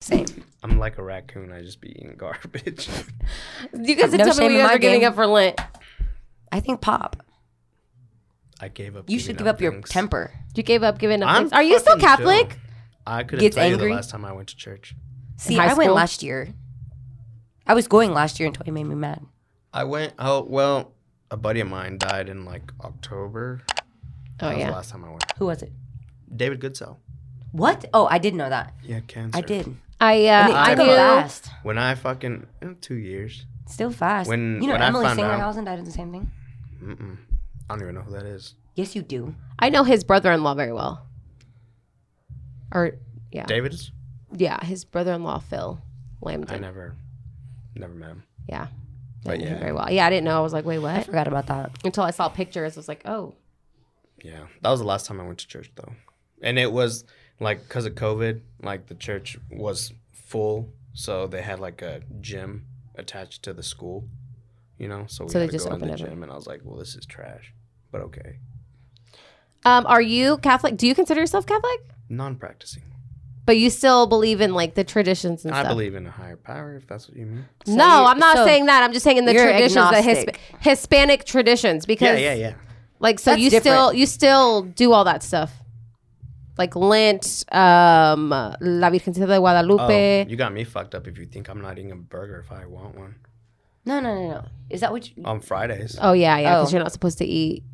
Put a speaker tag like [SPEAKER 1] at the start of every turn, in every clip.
[SPEAKER 1] Same.
[SPEAKER 2] I'm like a raccoon. I just be eating garbage.
[SPEAKER 3] You guys are
[SPEAKER 1] No
[SPEAKER 3] telling
[SPEAKER 1] shame in
[SPEAKER 3] me you guys
[SPEAKER 1] my
[SPEAKER 3] are giving
[SPEAKER 1] game.
[SPEAKER 3] up for Lent.
[SPEAKER 1] I think pop.
[SPEAKER 2] I gave up.
[SPEAKER 1] You
[SPEAKER 2] giving
[SPEAKER 1] should give up your
[SPEAKER 2] things.
[SPEAKER 1] temper.
[SPEAKER 3] You gave up giving up.
[SPEAKER 2] I'm
[SPEAKER 3] things. Are you still
[SPEAKER 2] fucking
[SPEAKER 3] Catholic?
[SPEAKER 2] chill. I could
[SPEAKER 1] Gets
[SPEAKER 2] tell angry.
[SPEAKER 1] angry?
[SPEAKER 2] you the last time I went to church.
[SPEAKER 1] See,
[SPEAKER 3] high
[SPEAKER 1] I went
[SPEAKER 3] school?
[SPEAKER 1] last year. I was going last year until he made me mad.
[SPEAKER 2] I went. Oh well, a buddy of mine died in like October.
[SPEAKER 3] Oh
[SPEAKER 2] that was the
[SPEAKER 3] yeah.
[SPEAKER 2] last time I went.
[SPEAKER 1] Who was it?
[SPEAKER 2] David Goodsell.
[SPEAKER 1] What? Oh, I did know that.
[SPEAKER 2] He had cancer.
[SPEAKER 1] I did.
[SPEAKER 3] I
[SPEAKER 1] And
[SPEAKER 3] uh,
[SPEAKER 1] it
[SPEAKER 3] I
[SPEAKER 1] still
[SPEAKER 2] go
[SPEAKER 3] knew.
[SPEAKER 1] fast.
[SPEAKER 2] When I fucking eh, two years.
[SPEAKER 1] Still fast.
[SPEAKER 2] When-
[SPEAKER 1] you know
[SPEAKER 2] when I
[SPEAKER 1] Emily
[SPEAKER 2] found out-
[SPEAKER 1] Singerhausen died of the same thing.
[SPEAKER 2] Mm-mm. I don't even know who that is.
[SPEAKER 1] Yes, you do.
[SPEAKER 3] I know his brother-in-law very well. Or yeah,
[SPEAKER 2] David's.
[SPEAKER 3] yeah, his brother-in-law Phil
[SPEAKER 2] I
[SPEAKER 3] Lambden.
[SPEAKER 2] never, never met him.
[SPEAKER 3] Yeah.
[SPEAKER 2] But
[SPEAKER 3] I knew him
[SPEAKER 2] yeah,
[SPEAKER 3] Very well. Yeah, I didn't know. I was like, wait,
[SPEAKER 1] I
[SPEAKER 3] what?
[SPEAKER 1] forgot about that.
[SPEAKER 3] Until I saw pictures, I was like, oh,
[SPEAKER 2] yeah. That was the last time I went to church though, and it was like because of COVID, like the church was full, so they had like a gym attached to the school, you know. So we
[SPEAKER 3] So
[SPEAKER 2] had to
[SPEAKER 3] they just
[SPEAKER 2] go in the
[SPEAKER 3] opened it up.
[SPEAKER 2] gym, and I was like, well, this is trash, but okay.
[SPEAKER 3] um, are you Catholic? Do you consider yourself Catholic?
[SPEAKER 2] Non-practicing.
[SPEAKER 3] But you still believe in like the traditions and
[SPEAKER 2] I
[SPEAKER 3] stuff.
[SPEAKER 2] believe in a higher power, if that's what you mean.
[SPEAKER 1] So
[SPEAKER 3] no,
[SPEAKER 1] you-
[SPEAKER 3] I'm not
[SPEAKER 1] so
[SPEAKER 3] saying that. I'm just saying in the
[SPEAKER 1] you're
[SPEAKER 3] traditions, the
[SPEAKER 1] agnostic.
[SPEAKER 3] Hisp- Hispanic traditions,
[SPEAKER 2] Yeah,
[SPEAKER 3] because
[SPEAKER 2] yeah, yeah.
[SPEAKER 3] like so
[SPEAKER 1] That's
[SPEAKER 3] you
[SPEAKER 1] different.
[SPEAKER 3] still you still do all that stuff, like Lent, um, La Virgencita de Guadalupe.
[SPEAKER 2] Oh, you got me fucked up if you think I'm not eating a burger if I want one
[SPEAKER 1] No, no, no, no. Is that what? You,
[SPEAKER 2] on Fridays.
[SPEAKER 3] Oh, yeah, yeah, because
[SPEAKER 1] Oh.
[SPEAKER 3] you're not supposed to eat.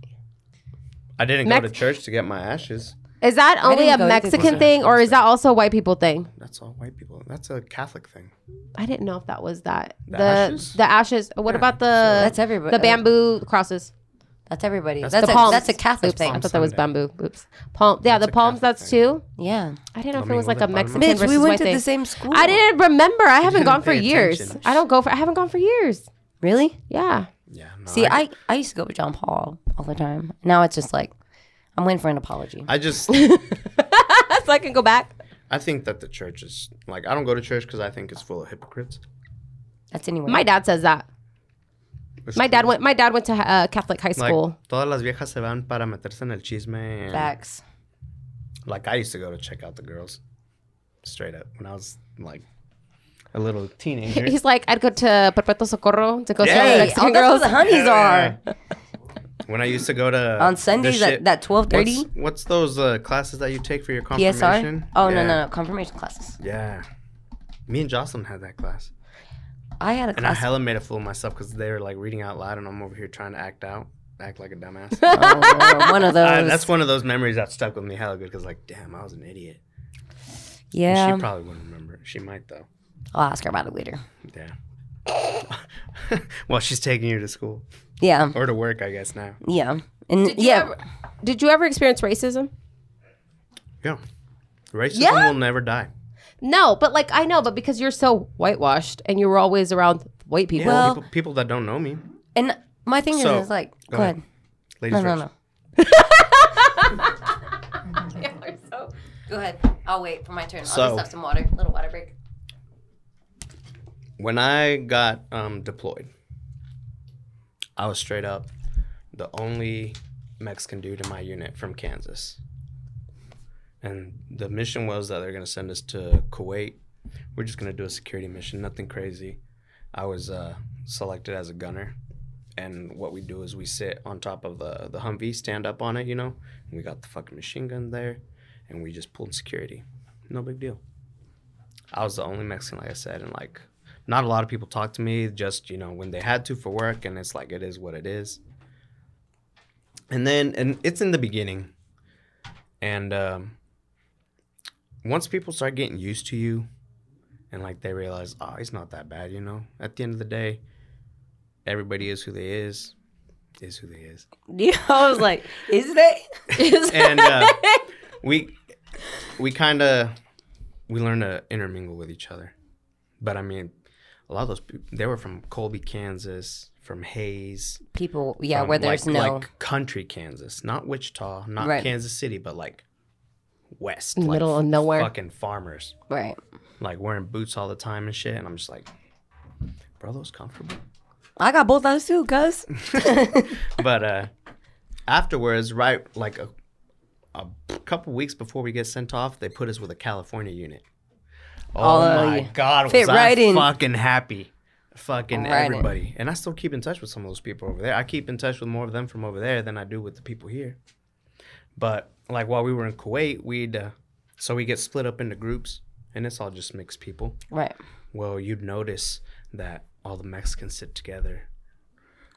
[SPEAKER 2] I didn't
[SPEAKER 3] Mex-
[SPEAKER 2] go to church to get my ashes.
[SPEAKER 3] Is that only
[SPEAKER 1] didn't
[SPEAKER 3] a
[SPEAKER 1] go either.
[SPEAKER 3] Mexican
[SPEAKER 1] Wasn't-
[SPEAKER 3] thing, or is that also a white people thing?
[SPEAKER 2] That's all white people. That's a Catholic thing.
[SPEAKER 3] I didn't know if that was that. The the ashes.
[SPEAKER 2] ashes?
[SPEAKER 3] What
[SPEAKER 2] Yeah.
[SPEAKER 3] about the
[SPEAKER 1] that's everybody.
[SPEAKER 3] the bamboo crosses?
[SPEAKER 1] That's everybody. That's,
[SPEAKER 2] That's
[SPEAKER 3] the
[SPEAKER 1] a,
[SPEAKER 3] palms.
[SPEAKER 1] That's a Catholic
[SPEAKER 3] Oops,
[SPEAKER 1] thing.
[SPEAKER 3] I
[SPEAKER 2] Palm
[SPEAKER 3] thought that was
[SPEAKER 2] Sunday.
[SPEAKER 3] bamboo. Oops. Palm. Yeah,
[SPEAKER 2] That's
[SPEAKER 3] the
[SPEAKER 2] a
[SPEAKER 3] palms.
[SPEAKER 2] Catholic
[SPEAKER 3] That's
[SPEAKER 2] thing.
[SPEAKER 3] two.
[SPEAKER 1] Yeah.
[SPEAKER 3] I didn't know if it
[SPEAKER 2] Domingo
[SPEAKER 3] was like
[SPEAKER 2] de
[SPEAKER 3] a
[SPEAKER 2] Palma.
[SPEAKER 3] Mexican
[SPEAKER 1] Bitch,
[SPEAKER 3] versus
[SPEAKER 1] we
[SPEAKER 3] white
[SPEAKER 1] went to
[SPEAKER 3] thing.
[SPEAKER 1] the same school.
[SPEAKER 3] I didn't remember. I haven't
[SPEAKER 2] didn't
[SPEAKER 3] gone for
[SPEAKER 2] pay
[SPEAKER 3] years.
[SPEAKER 2] attention.
[SPEAKER 3] I don't go for. I haven't gone for years.
[SPEAKER 1] Really?
[SPEAKER 3] Yeah.
[SPEAKER 2] Yeah. No,
[SPEAKER 1] See, I, I used to go with John Paul all the time. Now it's just like, I'm waiting for an apology.
[SPEAKER 2] I just
[SPEAKER 3] so I can go back.
[SPEAKER 2] I think that the church is like I don't go to church because I think it's full of hypocrites.
[SPEAKER 1] That's anyway.
[SPEAKER 3] My dad says that.
[SPEAKER 2] It's
[SPEAKER 3] My
[SPEAKER 2] true.
[SPEAKER 3] dad went. My dad went to uh, Catholic high
[SPEAKER 2] like
[SPEAKER 3] school.
[SPEAKER 2] todas las viejas se van para meterse en el chisme. And,
[SPEAKER 1] facts.
[SPEAKER 2] Like I used to go to check out the girls, straight up when I was like a little teenager.
[SPEAKER 3] He's like, I'd go to Perpetuo Socorro to go see
[SPEAKER 2] Yeah.
[SPEAKER 3] all the
[SPEAKER 2] Hey,
[SPEAKER 1] Oh,
[SPEAKER 3] Mexican
[SPEAKER 1] that's where
[SPEAKER 3] girls.
[SPEAKER 1] the honeys are.
[SPEAKER 2] when I used to go to
[SPEAKER 1] On
[SPEAKER 2] the
[SPEAKER 1] Sundays at
[SPEAKER 2] shit-
[SPEAKER 1] that 12:30?
[SPEAKER 2] What's, what's those uh, classes that you take for your confirmation?
[SPEAKER 1] PSR? Oh,
[SPEAKER 2] yeah.
[SPEAKER 1] no, no, no. Confirmation classes.
[SPEAKER 2] Yeah, me and Jocelyn had that class,
[SPEAKER 1] I had a
[SPEAKER 2] and I
[SPEAKER 1] class.
[SPEAKER 2] hella made a fool of myself because they were like reading out loud, and I'm over here trying to act out, act like a dumbass.
[SPEAKER 1] Oh, one of those.
[SPEAKER 2] Uh, that's one of those memories that stuck with me hella good because, like, damn, I was an idiot.
[SPEAKER 1] yeah.
[SPEAKER 2] She probably wouldn't remember. She might though.
[SPEAKER 1] I'll ask her about it later.
[SPEAKER 2] Yeah. well, she's taking you to school
[SPEAKER 1] Yeah.
[SPEAKER 2] or to work, I guess now.
[SPEAKER 1] Yeah. And
[SPEAKER 3] you
[SPEAKER 1] yeah.
[SPEAKER 3] ever- Did you ever experience racism?
[SPEAKER 2] Yeah. Racism
[SPEAKER 3] Yeah.
[SPEAKER 2] will never die.
[SPEAKER 3] No, but like I know, but because you're so whitewashed and you were always around white people.
[SPEAKER 2] Yeah,
[SPEAKER 1] Well-
[SPEAKER 2] people, people that don't know me,
[SPEAKER 1] and my thing
[SPEAKER 2] So,
[SPEAKER 1] is, is like,
[SPEAKER 2] go
[SPEAKER 1] go,
[SPEAKER 2] ahead.
[SPEAKER 1] ahead.
[SPEAKER 2] ladies
[SPEAKER 1] No, no, no.
[SPEAKER 2] first.
[SPEAKER 1] Go ahead. I'll wait for my turn. I'll
[SPEAKER 2] So-
[SPEAKER 1] just have some water. Little water break.
[SPEAKER 2] When I got um, deployed, I was straight up the only Mexican dude in my unit from Kansas. And the mission was that they're going to send us to Kuwait. We're just going to do a security mission, nothing crazy. I was uh, selected as a gunner. And what we do is we sit on top of uh, the, the Humvee, stand up on it, you know? And we got the fucking machine gun there, and we just pulled security. No big deal. I was the only Mexican, like I said, and like not a lot of people talk to me, just, you know, when they had to for work, and it's like, it is what it is and then and it's in the beginning and um, once people start getting used to you and like they realize oh he's not that bad you know at the end of the day everybody is who they is is who they is
[SPEAKER 1] Yeah, I was like, is they?
[SPEAKER 2] and uh, we we kind of we learn to intermingle with each other but i mean a lot of those people they were from colby kansas from hayes
[SPEAKER 1] People, yeah,
[SPEAKER 2] from,
[SPEAKER 1] where there's
[SPEAKER 2] like,
[SPEAKER 1] no.
[SPEAKER 2] like country Kansas, not Wichita, not
[SPEAKER 1] Right.
[SPEAKER 2] Kansas City, but like west,
[SPEAKER 3] In the
[SPEAKER 2] like
[SPEAKER 3] middle of nowhere.
[SPEAKER 2] fucking farmers,
[SPEAKER 1] right.
[SPEAKER 2] like wearing boots all the time and shit. And I'm just like, bro, those comfortable.
[SPEAKER 1] I got both those too, cuz.
[SPEAKER 2] but uh, afterwards, right, like a, a couple weeks before we get sent off, they put us with a California unit. Oh
[SPEAKER 1] all of
[SPEAKER 2] my
[SPEAKER 1] you.
[SPEAKER 2] god,
[SPEAKER 1] Fit
[SPEAKER 2] was
[SPEAKER 1] right
[SPEAKER 2] I
[SPEAKER 1] in.
[SPEAKER 2] fucking happy. Fucking
[SPEAKER 1] Right in.
[SPEAKER 2] everybody. And I still keep in touch with some of those people over there. I keep in touch with more of them from over there than I do with the people here. But like while we were in Kuwait, we'd uh, so we get split up into groups and it's all just mixed people.
[SPEAKER 1] Right.
[SPEAKER 2] Well, you'd notice that all the Mexicans sit together.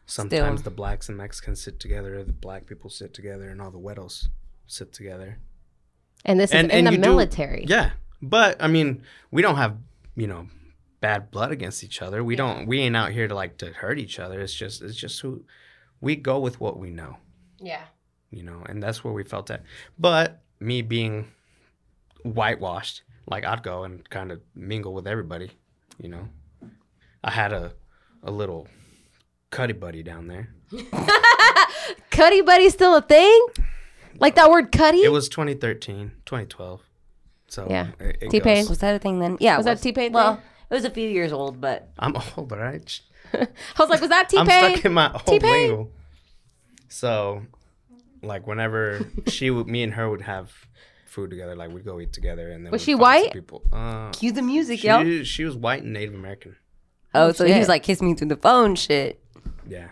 [SPEAKER 2] Sometimes the blacks and Mexicans sit together, the black people sit together, and all the wedos sit together.
[SPEAKER 3] And this
[SPEAKER 2] And-
[SPEAKER 3] is in
[SPEAKER 2] and
[SPEAKER 3] the
[SPEAKER 2] you do-
[SPEAKER 3] military.
[SPEAKER 2] Yeah, but I mean, we don't have you know bad blood against each other. We don't. We ain't out here to like to hurt each other. It's just it's just who we go with what we know.
[SPEAKER 3] Yeah.
[SPEAKER 2] You know, and that's where we felt that. But me being whitewashed, like I'd go and kind of mingle with everybody. You know, I had a a little cuddy buddy down there.
[SPEAKER 3] Cuddy buddy's still a thing? Like that word cuddy?
[SPEAKER 2] It was 2013, 2012. So
[SPEAKER 3] Yeah.
[SPEAKER 2] it- it
[SPEAKER 3] T-Pain.
[SPEAKER 2] goes.
[SPEAKER 1] Was that a thing then? Yeah. it
[SPEAKER 3] Was that T-Pain
[SPEAKER 1] Well,
[SPEAKER 3] thing?
[SPEAKER 1] it was a few years old, but
[SPEAKER 2] I'm old, all right.
[SPEAKER 3] I was like, was that T
[SPEAKER 2] I'm stuck
[SPEAKER 3] Pain?
[SPEAKER 2] in my old
[SPEAKER 3] T-Pain?
[SPEAKER 2] lingo. So, like whenever she would, me and her would have food together, like we'd go eat together, and then
[SPEAKER 3] Was
[SPEAKER 2] we'd
[SPEAKER 3] she
[SPEAKER 2] find some
[SPEAKER 3] white?
[SPEAKER 2] People, uh,
[SPEAKER 1] cue the music, yo.
[SPEAKER 2] she, she was white and Native American.
[SPEAKER 1] Oh, so he
[SPEAKER 3] shit.
[SPEAKER 1] was like, kiss me through the phone, shit.
[SPEAKER 2] Yeah,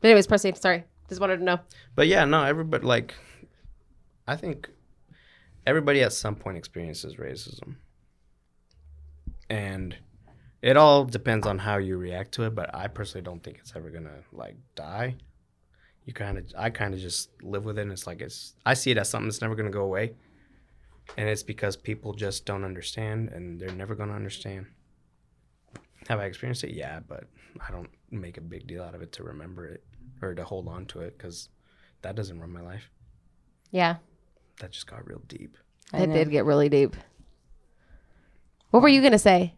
[SPEAKER 3] But anyways, proceed. Sorry. Just wanted to know.
[SPEAKER 2] but yeah, no, everybody like, I think everybody at some point experiences racism, and it all depends on how you react to it. But I personally don't think it's ever gonna like die. You kind of, I kind of just live with it. And it's like it's, I see it as something that's never gonna go away, and it's because people just don't understand, and they're never gonna understand. Have I experienced it? Yeah, but I don't make a big deal out of it to remember it or to hold on to it because that doesn't run my life.
[SPEAKER 3] Yeah.
[SPEAKER 2] That just got real deep.
[SPEAKER 1] I
[SPEAKER 3] It
[SPEAKER 1] know.
[SPEAKER 3] did get really deep. What were you gonna say?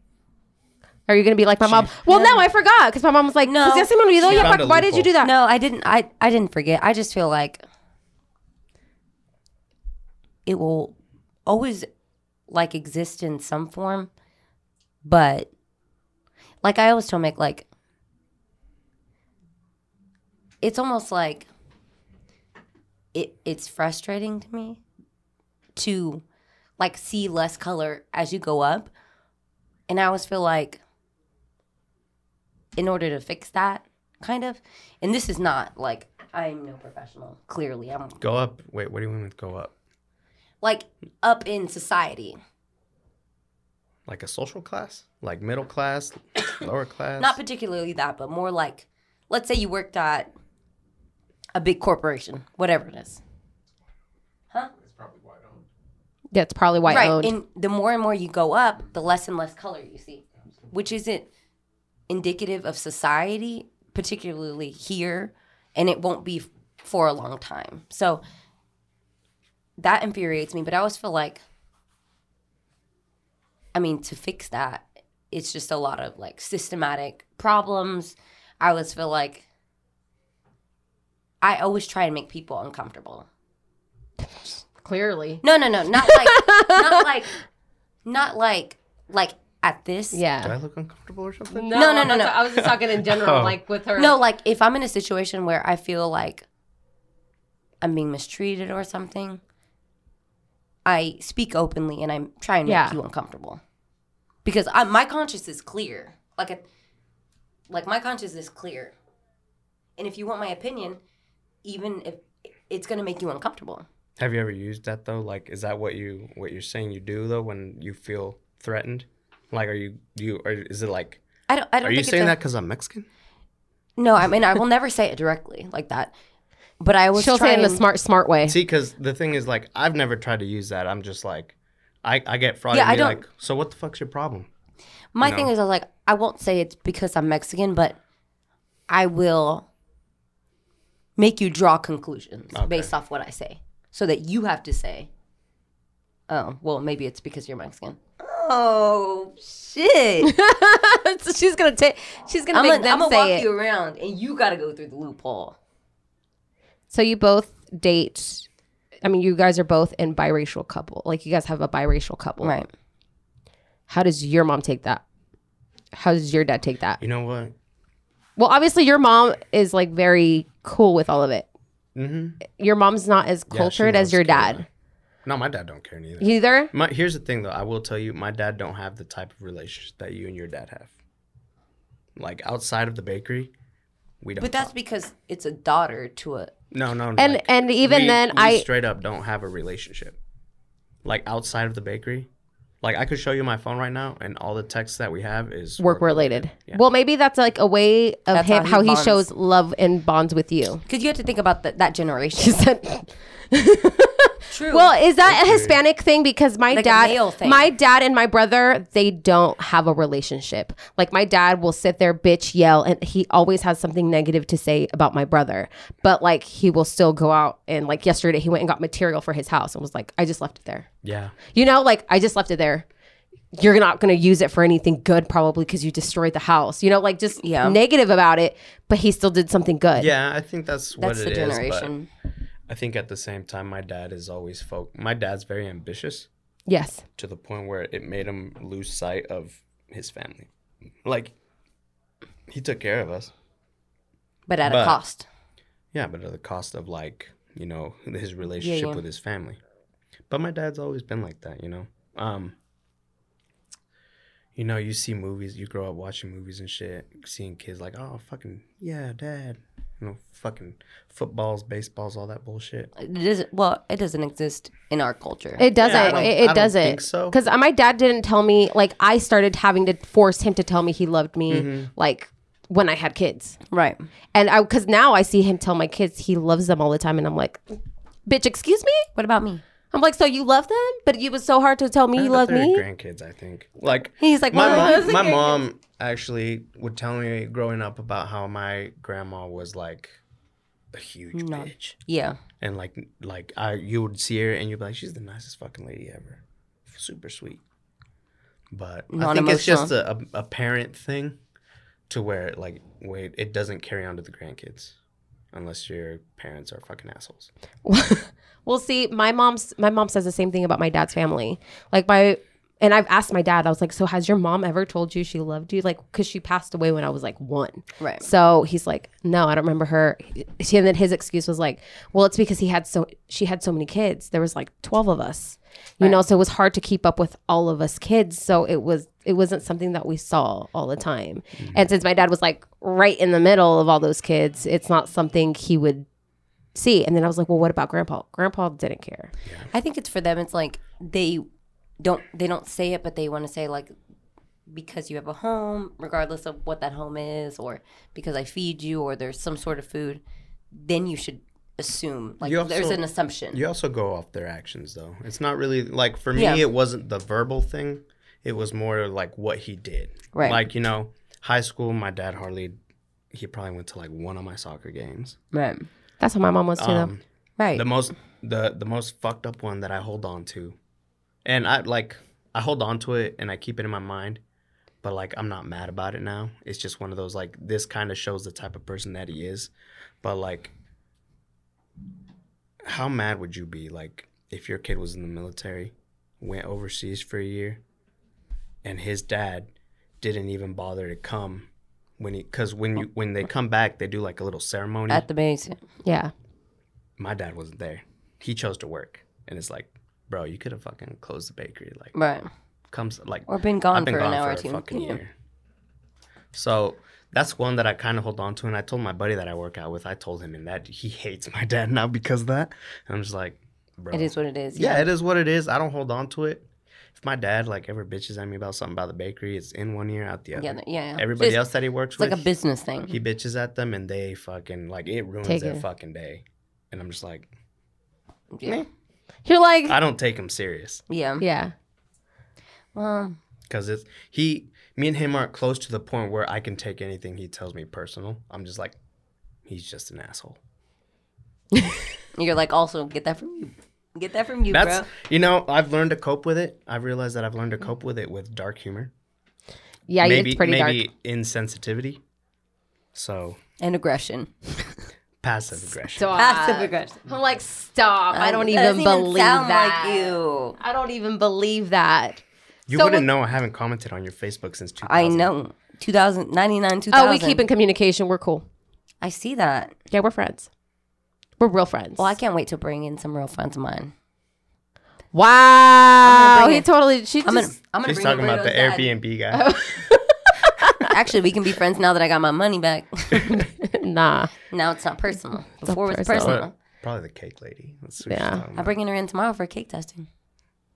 [SPEAKER 3] Are you gonna be like my mom? Well, no, I forgot because my mom was like,
[SPEAKER 1] No.
[SPEAKER 3] "No, ya se me olvidó,
[SPEAKER 2] She
[SPEAKER 3] ya
[SPEAKER 2] found
[SPEAKER 3] pa-
[SPEAKER 2] a
[SPEAKER 3] why did you
[SPEAKER 2] loophole.
[SPEAKER 3] do that?"
[SPEAKER 1] No, I didn't. I I didn't forget. I just feel like it will always like exist in some form, but like I always tell Mick, like it's almost like it. It's frustrating to me to like see less color as you go up, and I always feel like in order to fix that kind of and this is not like i'm no professional clearly i'm
[SPEAKER 2] Go up. Wait, what do you mean with go up?
[SPEAKER 1] like up in society
[SPEAKER 2] Like a social class? Like middle class, lower class?
[SPEAKER 1] not particularly that but more like let's say you worked at a big corporation whatever it is
[SPEAKER 3] That's probably white
[SPEAKER 1] right
[SPEAKER 3] owned.
[SPEAKER 1] and the more and more you go up the less and less color you see which isn't indicative of society particularly here and it won't be f- for a long time so that infuriates me but i always feel like i mean to fix that it's just a lot of like systematic problems i always feel like i always try and make people uncomfortable
[SPEAKER 3] Clearly,
[SPEAKER 1] no, no, no, not like, not like, not like, like at this.
[SPEAKER 2] Do I
[SPEAKER 3] yeah.
[SPEAKER 2] look uncomfortable or something?
[SPEAKER 1] No, no, no, no.
[SPEAKER 3] I was just talking in general,
[SPEAKER 2] Oh.
[SPEAKER 3] like with her.
[SPEAKER 1] No, like if I'm in a situation where I feel like I'm being mistreated or something, I speak openly and I try and
[SPEAKER 3] Yeah.
[SPEAKER 1] make you uncomfortable because I, my conscience is clear. Like, a, like my conscience is clear, and if you want my opinion, even if it's gonna make you uncomfortable.
[SPEAKER 2] Have you ever used that though? Like, is that what you what you're saying you do though when you feel threatened? Like, are you do you or is it like?
[SPEAKER 1] I don't. I don't.
[SPEAKER 2] Are
[SPEAKER 1] think
[SPEAKER 2] you
[SPEAKER 1] it's
[SPEAKER 2] saying
[SPEAKER 1] a-
[SPEAKER 2] that because I'm Mexican?
[SPEAKER 1] No, I mean I will never say it directly like that. But I was
[SPEAKER 3] she'll say
[SPEAKER 1] trying
[SPEAKER 3] it in a smart, smart way.
[SPEAKER 2] See, because the thing is, like, I've never tried to use that. I'm just like, I I get fraud.
[SPEAKER 1] Yeah,
[SPEAKER 2] and
[SPEAKER 1] I
[SPEAKER 2] be
[SPEAKER 1] don't-
[SPEAKER 2] Like, so what the fuck's your problem?
[SPEAKER 1] My
[SPEAKER 2] No.
[SPEAKER 1] thing is, I was like, I won't say it's because I'm Mexican, but I will make you draw conclusions
[SPEAKER 2] Okay.
[SPEAKER 1] based off what I say, so that you have to say, "Oh, well, maybe it's because you're Mexican." Oh shit!
[SPEAKER 3] So she's gonna take. She's gonna
[SPEAKER 1] I'm
[SPEAKER 3] make
[SPEAKER 1] gonna, I'm
[SPEAKER 3] them
[SPEAKER 1] gonna walk
[SPEAKER 3] say it.
[SPEAKER 1] you around, and you gotta go through the loophole.
[SPEAKER 3] So you both date. I mean, you guys are both in biracial couple. Like you guys have a biracial couple.
[SPEAKER 1] Right.
[SPEAKER 3] How does your mom take that? How does your dad take that?
[SPEAKER 2] You know what?
[SPEAKER 3] Well, obviously your mom is like very cool with all of it.
[SPEAKER 2] Mm-hmm.
[SPEAKER 3] Your mom's not as
[SPEAKER 2] she
[SPEAKER 3] cultured as
[SPEAKER 2] loves
[SPEAKER 3] your
[SPEAKER 2] Canada.
[SPEAKER 3] dad.
[SPEAKER 2] No, my dad don't care neither.
[SPEAKER 3] Either
[SPEAKER 2] My, here's the thing though, I will tell you, my dad don't have the type of relationship that you and your dad have. Like outside of the bakery, we don't.
[SPEAKER 1] But that's
[SPEAKER 2] talk. because
[SPEAKER 1] because it's a daughter to a.
[SPEAKER 2] no, no, no.
[SPEAKER 3] and
[SPEAKER 2] like,
[SPEAKER 3] and even
[SPEAKER 2] we-
[SPEAKER 3] then
[SPEAKER 2] we
[SPEAKER 3] I
[SPEAKER 2] straight up don't have a relationship. Like outside of the bakery, like I could show you my phone right now, and all the texts that we have is
[SPEAKER 3] work related. Well, maybe that's like a way of
[SPEAKER 1] That's
[SPEAKER 3] him how
[SPEAKER 1] how
[SPEAKER 3] he,
[SPEAKER 1] he
[SPEAKER 3] shows love and bonds with you.
[SPEAKER 1] Because you have to think about that that generation. True.
[SPEAKER 3] well, is that a Hispanic thing? Because my
[SPEAKER 1] Like a
[SPEAKER 3] dad,
[SPEAKER 1] male thing.
[SPEAKER 3] my dad and my brother, they don't have a relationship. Like my dad will sit there, bitch, yell, and he always has something negative to say about my brother. But like he will still go out and like yesterday he went and got material for his house and was like, I just left it there.
[SPEAKER 2] Yeah,
[SPEAKER 3] You know, like I just left it there. You're not going to use it for anything good, probably because you destroyed the house. You know, like just
[SPEAKER 1] Yeah.
[SPEAKER 3] negative about it, but he still did something good.
[SPEAKER 2] yeah. I think that's what
[SPEAKER 1] that's
[SPEAKER 2] it
[SPEAKER 1] the
[SPEAKER 2] is.
[SPEAKER 1] generation.
[SPEAKER 2] But I think at the same time, my dad is always folk. My dad's very ambitious.
[SPEAKER 3] Yes.
[SPEAKER 2] to the point where it made him lose sight of his family. Like he took care of us.
[SPEAKER 1] but at
[SPEAKER 2] But-
[SPEAKER 1] a cost.
[SPEAKER 2] Yeah, but at the cost of like, you know, his relationship
[SPEAKER 1] yeah.
[SPEAKER 2] with his family. But my dad's always been like that, you know. Um you know, you see movies, you grow up watching movies and shit, seeing kids like, "Oh, fucking yeah, dad." You know, fucking footballs, baseballs, all that bullshit.
[SPEAKER 1] It doesn't. Well, it doesn't exist in our culture.
[SPEAKER 3] It doesn't.
[SPEAKER 2] Yeah, I don't-
[SPEAKER 3] it
[SPEAKER 2] I
[SPEAKER 3] it
[SPEAKER 2] don't
[SPEAKER 3] doesn't.
[SPEAKER 2] think so.
[SPEAKER 3] Because my dad didn't tell me. Like I started having to force him to tell me he loved me.
[SPEAKER 2] Mm-hmm.
[SPEAKER 3] Like when I had kids,
[SPEAKER 1] right.
[SPEAKER 3] and I because now I see him tell my kids he loves them all the time, and I'm like, bitch, excuse me.
[SPEAKER 1] What about me?
[SPEAKER 3] I'm like, so you love them, but it was so hard to tell me you
[SPEAKER 2] Yeah,
[SPEAKER 3] love
[SPEAKER 2] they're
[SPEAKER 3] me.
[SPEAKER 2] Grandkids, I think. Like
[SPEAKER 1] He's like,
[SPEAKER 2] my
[SPEAKER 1] "Well, I
[SPEAKER 2] mom.
[SPEAKER 1] was
[SPEAKER 2] My mom actually would tell me growing up about how my grandma was like a huge bitch,
[SPEAKER 1] Yeah.
[SPEAKER 2] and like like I you would see her and you'd be like, she's the nicest fucking lady ever, super sweet. But I think it's just a, a, a parent thing, to where like wait it doesn't carry on to the grandkids, unless your parents are fucking assholes.
[SPEAKER 3] Well, see, my mom's my mom says the same thing about my dad's family. Like my and I've asked my dad. I was like, "So has your mom ever told you she loved you?" Like cuz she passed away when I was like 1.
[SPEAKER 1] Right.
[SPEAKER 3] So he's like, "No, I don't remember her." He- And then his excuse was like, "Well, it's because he had so she had so many kids. There was like 12 of us." You know, so it was hard to keep up with all of us kids. So it was it wasn't something that we saw all the time.
[SPEAKER 2] Mm-hmm.
[SPEAKER 3] And since my dad was like right in the middle of all those kids, it's not something he would see. And then I was like, well, what about grandpa? Grandpa didn't care.
[SPEAKER 1] I think it's for them. It's like they don't they don't say it, but they want to say like because you have a home, regardless of what that home is, or because I feed you, or there's some sort of food, then you should assume like
[SPEAKER 2] You
[SPEAKER 1] there's
[SPEAKER 2] also-
[SPEAKER 1] an assumption.
[SPEAKER 2] You also go off their actions, though. It's not really like for me,
[SPEAKER 1] Yeah.
[SPEAKER 2] it wasn't the verbal thing. It was more like what he did.
[SPEAKER 1] Right.
[SPEAKER 2] Like you know, high school, my dad hardly. He probably went to like one of my soccer games.
[SPEAKER 1] Right.
[SPEAKER 3] That's how my mom was too. though.
[SPEAKER 2] Um,
[SPEAKER 1] Right.
[SPEAKER 2] the most the the most fucked up one that I hold on to, and I like I hold on to it and I keep it in my mind, but like I'm not mad about it now. It's just one of those like this kind of shows the type of person that he is, but like, how mad would you be like if your kid was in the military, went overseas for a year, and his dad didn't even bother to come. When he, cause when you when they come back, they do like a little ceremony
[SPEAKER 1] At the base.
[SPEAKER 3] yeah.
[SPEAKER 2] my dad wasn't there. He chose to work, and it's like, bro, you could have fucking closed the bakery. Like,
[SPEAKER 1] Right.
[SPEAKER 2] comes like
[SPEAKER 1] Or been gone for an hour or two.
[SPEAKER 2] fucking
[SPEAKER 1] Yeah.
[SPEAKER 2] year. So that's one that I kind of hold on to, and I told my buddy that I work out with. I told him, and that he hates my dad now because of that. And I'm just like, bro,
[SPEAKER 1] It is what it is.
[SPEAKER 2] yeah, it is what it is. I don't hold on to it. If my dad like ever bitches at me about something about the bakery, it's in one ear, out the other.
[SPEAKER 1] Yeah. yeah.
[SPEAKER 2] Everybody
[SPEAKER 1] It's-
[SPEAKER 2] else that he works
[SPEAKER 1] It's like
[SPEAKER 2] with,
[SPEAKER 1] a business thing.
[SPEAKER 2] he bitches at them, and they fucking like it ruins
[SPEAKER 3] Take
[SPEAKER 2] their
[SPEAKER 3] it.
[SPEAKER 2] fucking day. And I'm just like,
[SPEAKER 1] yeah.
[SPEAKER 3] You're like,
[SPEAKER 2] I don't take him serious
[SPEAKER 1] Yeah.
[SPEAKER 3] yeah.
[SPEAKER 1] Well,
[SPEAKER 2] because it's he, me and him aren't close to the point where I can take anything he tells me personal. I'm just like, he's just an asshole.
[SPEAKER 1] you're like also get that from you. Get that from you,
[SPEAKER 2] That's
[SPEAKER 1] bro.
[SPEAKER 2] you know I've learned to cope with it. I've realized that I've learned to cope with it with dark humor,
[SPEAKER 3] Yeah,
[SPEAKER 2] maybe
[SPEAKER 3] it's pretty
[SPEAKER 2] maybe
[SPEAKER 3] dark.
[SPEAKER 2] insensitivity, so
[SPEAKER 1] And aggression.
[SPEAKER 2] passive aggression.
[SPEAKER 3] Stop.
[SPEAKER 1] Passive aggression.
[SPEAKER 3] I'm like, stop. I don't
[SPEAKER 1] That
[SPEAKER 3] even
[SPEAKER 1] doesn't
[SPEAKER 3] believe
[SPEAKER 1] sound
[SPEAKER 3] that.
[SPEAKER 1] like you.
[SPEAKER 3] I don't even believe that.
[SPEAKER 2] you
[SPEAKER 3] so
[SPEAKER 2] wouldn't
[SPEAKER 3] what-
[SPEAKER 2] know I haven't commented on your Facebook since 2000.
[SPEAKER 1] I know. 2000, 99, 2000.
[SPEAKER 3] Oh, we keep in communication. We're cool.
[SPEAKER 1] I see that.
[SPEAKER 3] Yeah, we're friends. We're real friends.
[SPEAKER 1] Well, I can't wait to bring in some real friends of mine.
[SPEAKER 3] Wow,
[SPEAKER 1] bring
[SPEAKER 3] he
[SPEAKER 1] it.
[SPEAKER 3] totally. She
[SPEAKER 1] I'm gonna,
[SPEAKER 3] just-
[SPEAKER 1] I'm gonna
[SPEAKER 2] She's
[SPEAKER 1] bring
[SPEAKER 2] talking about the
[SPEAKER 1] Roberto's dad.
[SPEAKER 2] Airbnb guy.
[SPEAKER 1] Actually, we can be friends now that I got my money back.
[SPEAKER 3] nah.
[SPEAKER 1] now it's not personal. Before it was
[SPEAKER 3] personal.
[SPEAKER 1] personal.
[SPEAKER 2] But probably the cake lady. That's what
[SPEAKER 3] Yeah.
[SPEAKER 2] she's talking
[SPEAKER 1] I'm
[SPEAKER 2] about.
[SPEAKER 1] bringing her in tomorrow for cake testing.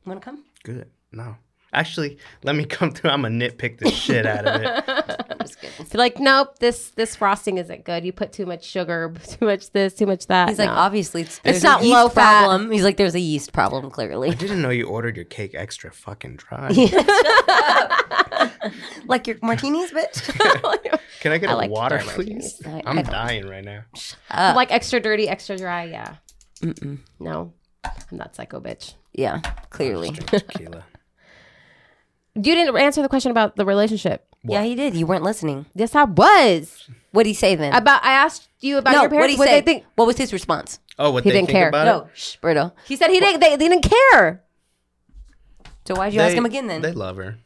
[SPEAKER 1] Want to come?
[SPEAKER 2] Good. No. Actually, let me come through. I'm going to nitpick the shit out of it.
[SPEAKER 1] I'm just kidding.
[SPEAKER 3] You're like, nope. This this frosting isn't good. You put too much sugar, too much this, too much that.
[SPEAKER 1] He's like,
[SPEAKER 3] No.
[SPEAKER 1] obviously, it's, there's
[SPEAKER 3] not
[SPEAKER 1] a yeast
[SPEAKER 3] low fat.
[SPEAKER 1] problem. He's like, there's a yeast problem, clearly.
[SPEAKER 2] Didn't know you ordered your cake extra fucking dry.
[SPEAKER 1] like your martinis, bitch.
[SPEAKER 2] Can I get
[SPEAKER 3] I
[SPEAKER 2] a
[SPEAKER 3] like to
[SPEAKER 2] water,
[SPEAKER 3] dry my
[SPEAKER 2] please?
[SPEAKER 1] I-
[SPEAKER 2] I'm
[SPEAKER 1] I don't-
[SPEAKER 2] dying right now.
[SPEAKER 3] like extra dirty, extra dry. Yeah. No, I'm not psycho bitch.
[SPEAKER 1] yeah, clearly.
[SPEAKER 2] Drink tequila.
[SPEAKER 3] You didn't answer the question about the relationship.
[SPEAKER 1] Yeah, he did. You weren't listening.
[SPEAKER 3] Yes, I was.
[SPEAKER 1] What'd he say then?
[SPEAKER 3] About I asked you about
[SPEAKER 1] no,
[SPEAKER 3] your
[SPEAKER 1] what'd
[SPEAKER 3] parents.
[SPEAKER 1] he
[SPEAKER 3] What
[SPEAKER 1] say?
[SPEAKER 3] they think?
[SPEAKER 1] What was his response?
[SPEAKER 2] Oh, what
[SPEAKER 3] He
[SPEAKER 2] they
[SPEAKER 3] didn't
[SPEAKER 2] think
[SPEAKER 3] care.
[SPEAKER 2] about it?
[SPEAKER 1] No, shh, Berto.
[SPEAKER 3] He said he didn't. They, they didn't care.
[SPEAKER 1] So why'd you ask him again then?
[SPEAKER 2] They love her.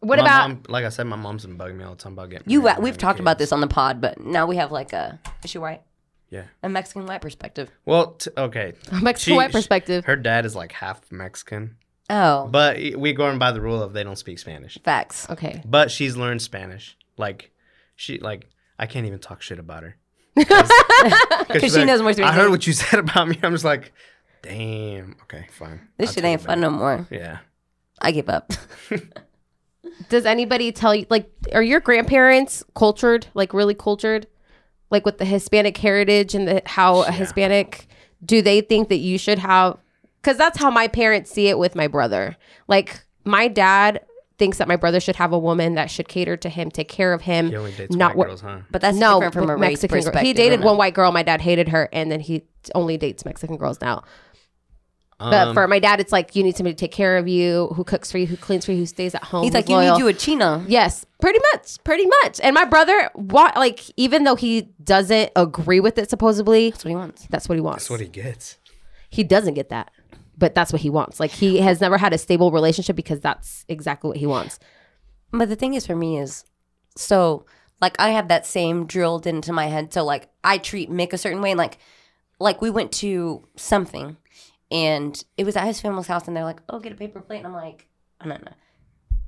[SPEAKER 3] What
[SPEAKER 2] My
[SPEAKER 3] about?
[SPEAKER 2] mom- like I said, my mom's been bugging me all the time about getting
[SPEAKER 1] you,
[SPEAKER 2] married and
[SPEAKER 1] we've
[SPEAKER 2] having
[SPEAKER 1] talked about
[SPEAKER 2] kids.
[SPEAKER 1] this on the pod, but now we have like a, is she white?
[SPEAKER 2] Yeah.
[SPEAKER 1] A Mexican white perspective.
[SPEAKER 2] Well, t- okay.
[SPEAKER 3] Mexican white perspective.
[SPEAKER 2] her dad is like half Mexican,
[SPEAKER 1] Oh,
[SPEAKER 2] but we're going by the rule of they don't speak Spanish.
[SPEAKER 1] facts.
[SPEAKER 3] Okay.
[SPEAKER 2] But she's learned Spanish. Like she like I can't even talk shit about her because
[SPEAKER 1] she knows more Spanish
[SPEAKER 2] I
[SPEAKER 1] than
[SPEAKER 2] heard
[SPEAKER 1] you.
[SPEAKER 2] what you said about me. I'm just like, damn. Okay, fine.
[SPEAKER 1] This
[SPEAKER 2] I'll
[SPEAKER 1] shit
[SPEAKER 2] take
[SPEAKER 1] ain't
[SPEAKER 2] it
[SPEAKER 1] fun no
[SPEAKER 2] back.
[SPEAKER 1] more.
[SPEAKER 2] Yeah.
[SPEAKER 1] I give up.
[SPEAKER 3] Does anybody tell you like are your grandparents cultured? Like really cultured? Like with the Hispanic heritage and the how a Hispanic do they think that you should have cuz that's how my parents see it with my brother. Like my dad thinks that my brother should have a woman that should cater to him, take care of him,
[SPEAKER 2] He only dates
[SPEAKER 3] not
[SPEAKER 2] white
[SPEAKER 3] what
[SPEAKER 2] girls, huh?
[SPEAKER 1] But that's
[SPEAKER 3] no,
[SPEAKER 1] different from a
[SPEAKER 3] with
[SPEAKER 1] race
[SPEAKER 3] Mexican girl.
[SPEAKER 1] perspective.
[SPEAKER 3] He dated
[SPEAKER 1] or no?
[SPEAKER 3] one white girl. My dad hated her, and then he only dates Mexican girls now. But
[SPEAKER 2] Um,
[SPEAKER 3] for my dad, it's like you need somebody to take care of you, who cooks for you, who cleans for you, who stays at home.
[SPEAKER 1] He's like,
[SPEAKER 3] who's loyal.
[SPEAKER 1] you need you a chino.
[SPEAKER 3] Yes, pretty much, pretty much. And my brother, wa- like, even though he doesn't agree with it, supposedly,
[SPEAKER 1] That's what he wants.
[SPEAKER 3] that's what he wants.
[SPEAKER 2] that's what he gets.
[SPEAKER 3] he doesn't get that, but that's what he wants. Like, he has never had a stable relationship because that's exactly what he wants.
[SPEAKER 1] But the thing is for me is so like I have that same drilled into my head. So like I treat Mick a certain way and like like we went to something and it was at his family's house and they're like, Oh, get a paper plate and I'm like, "Oh, No no.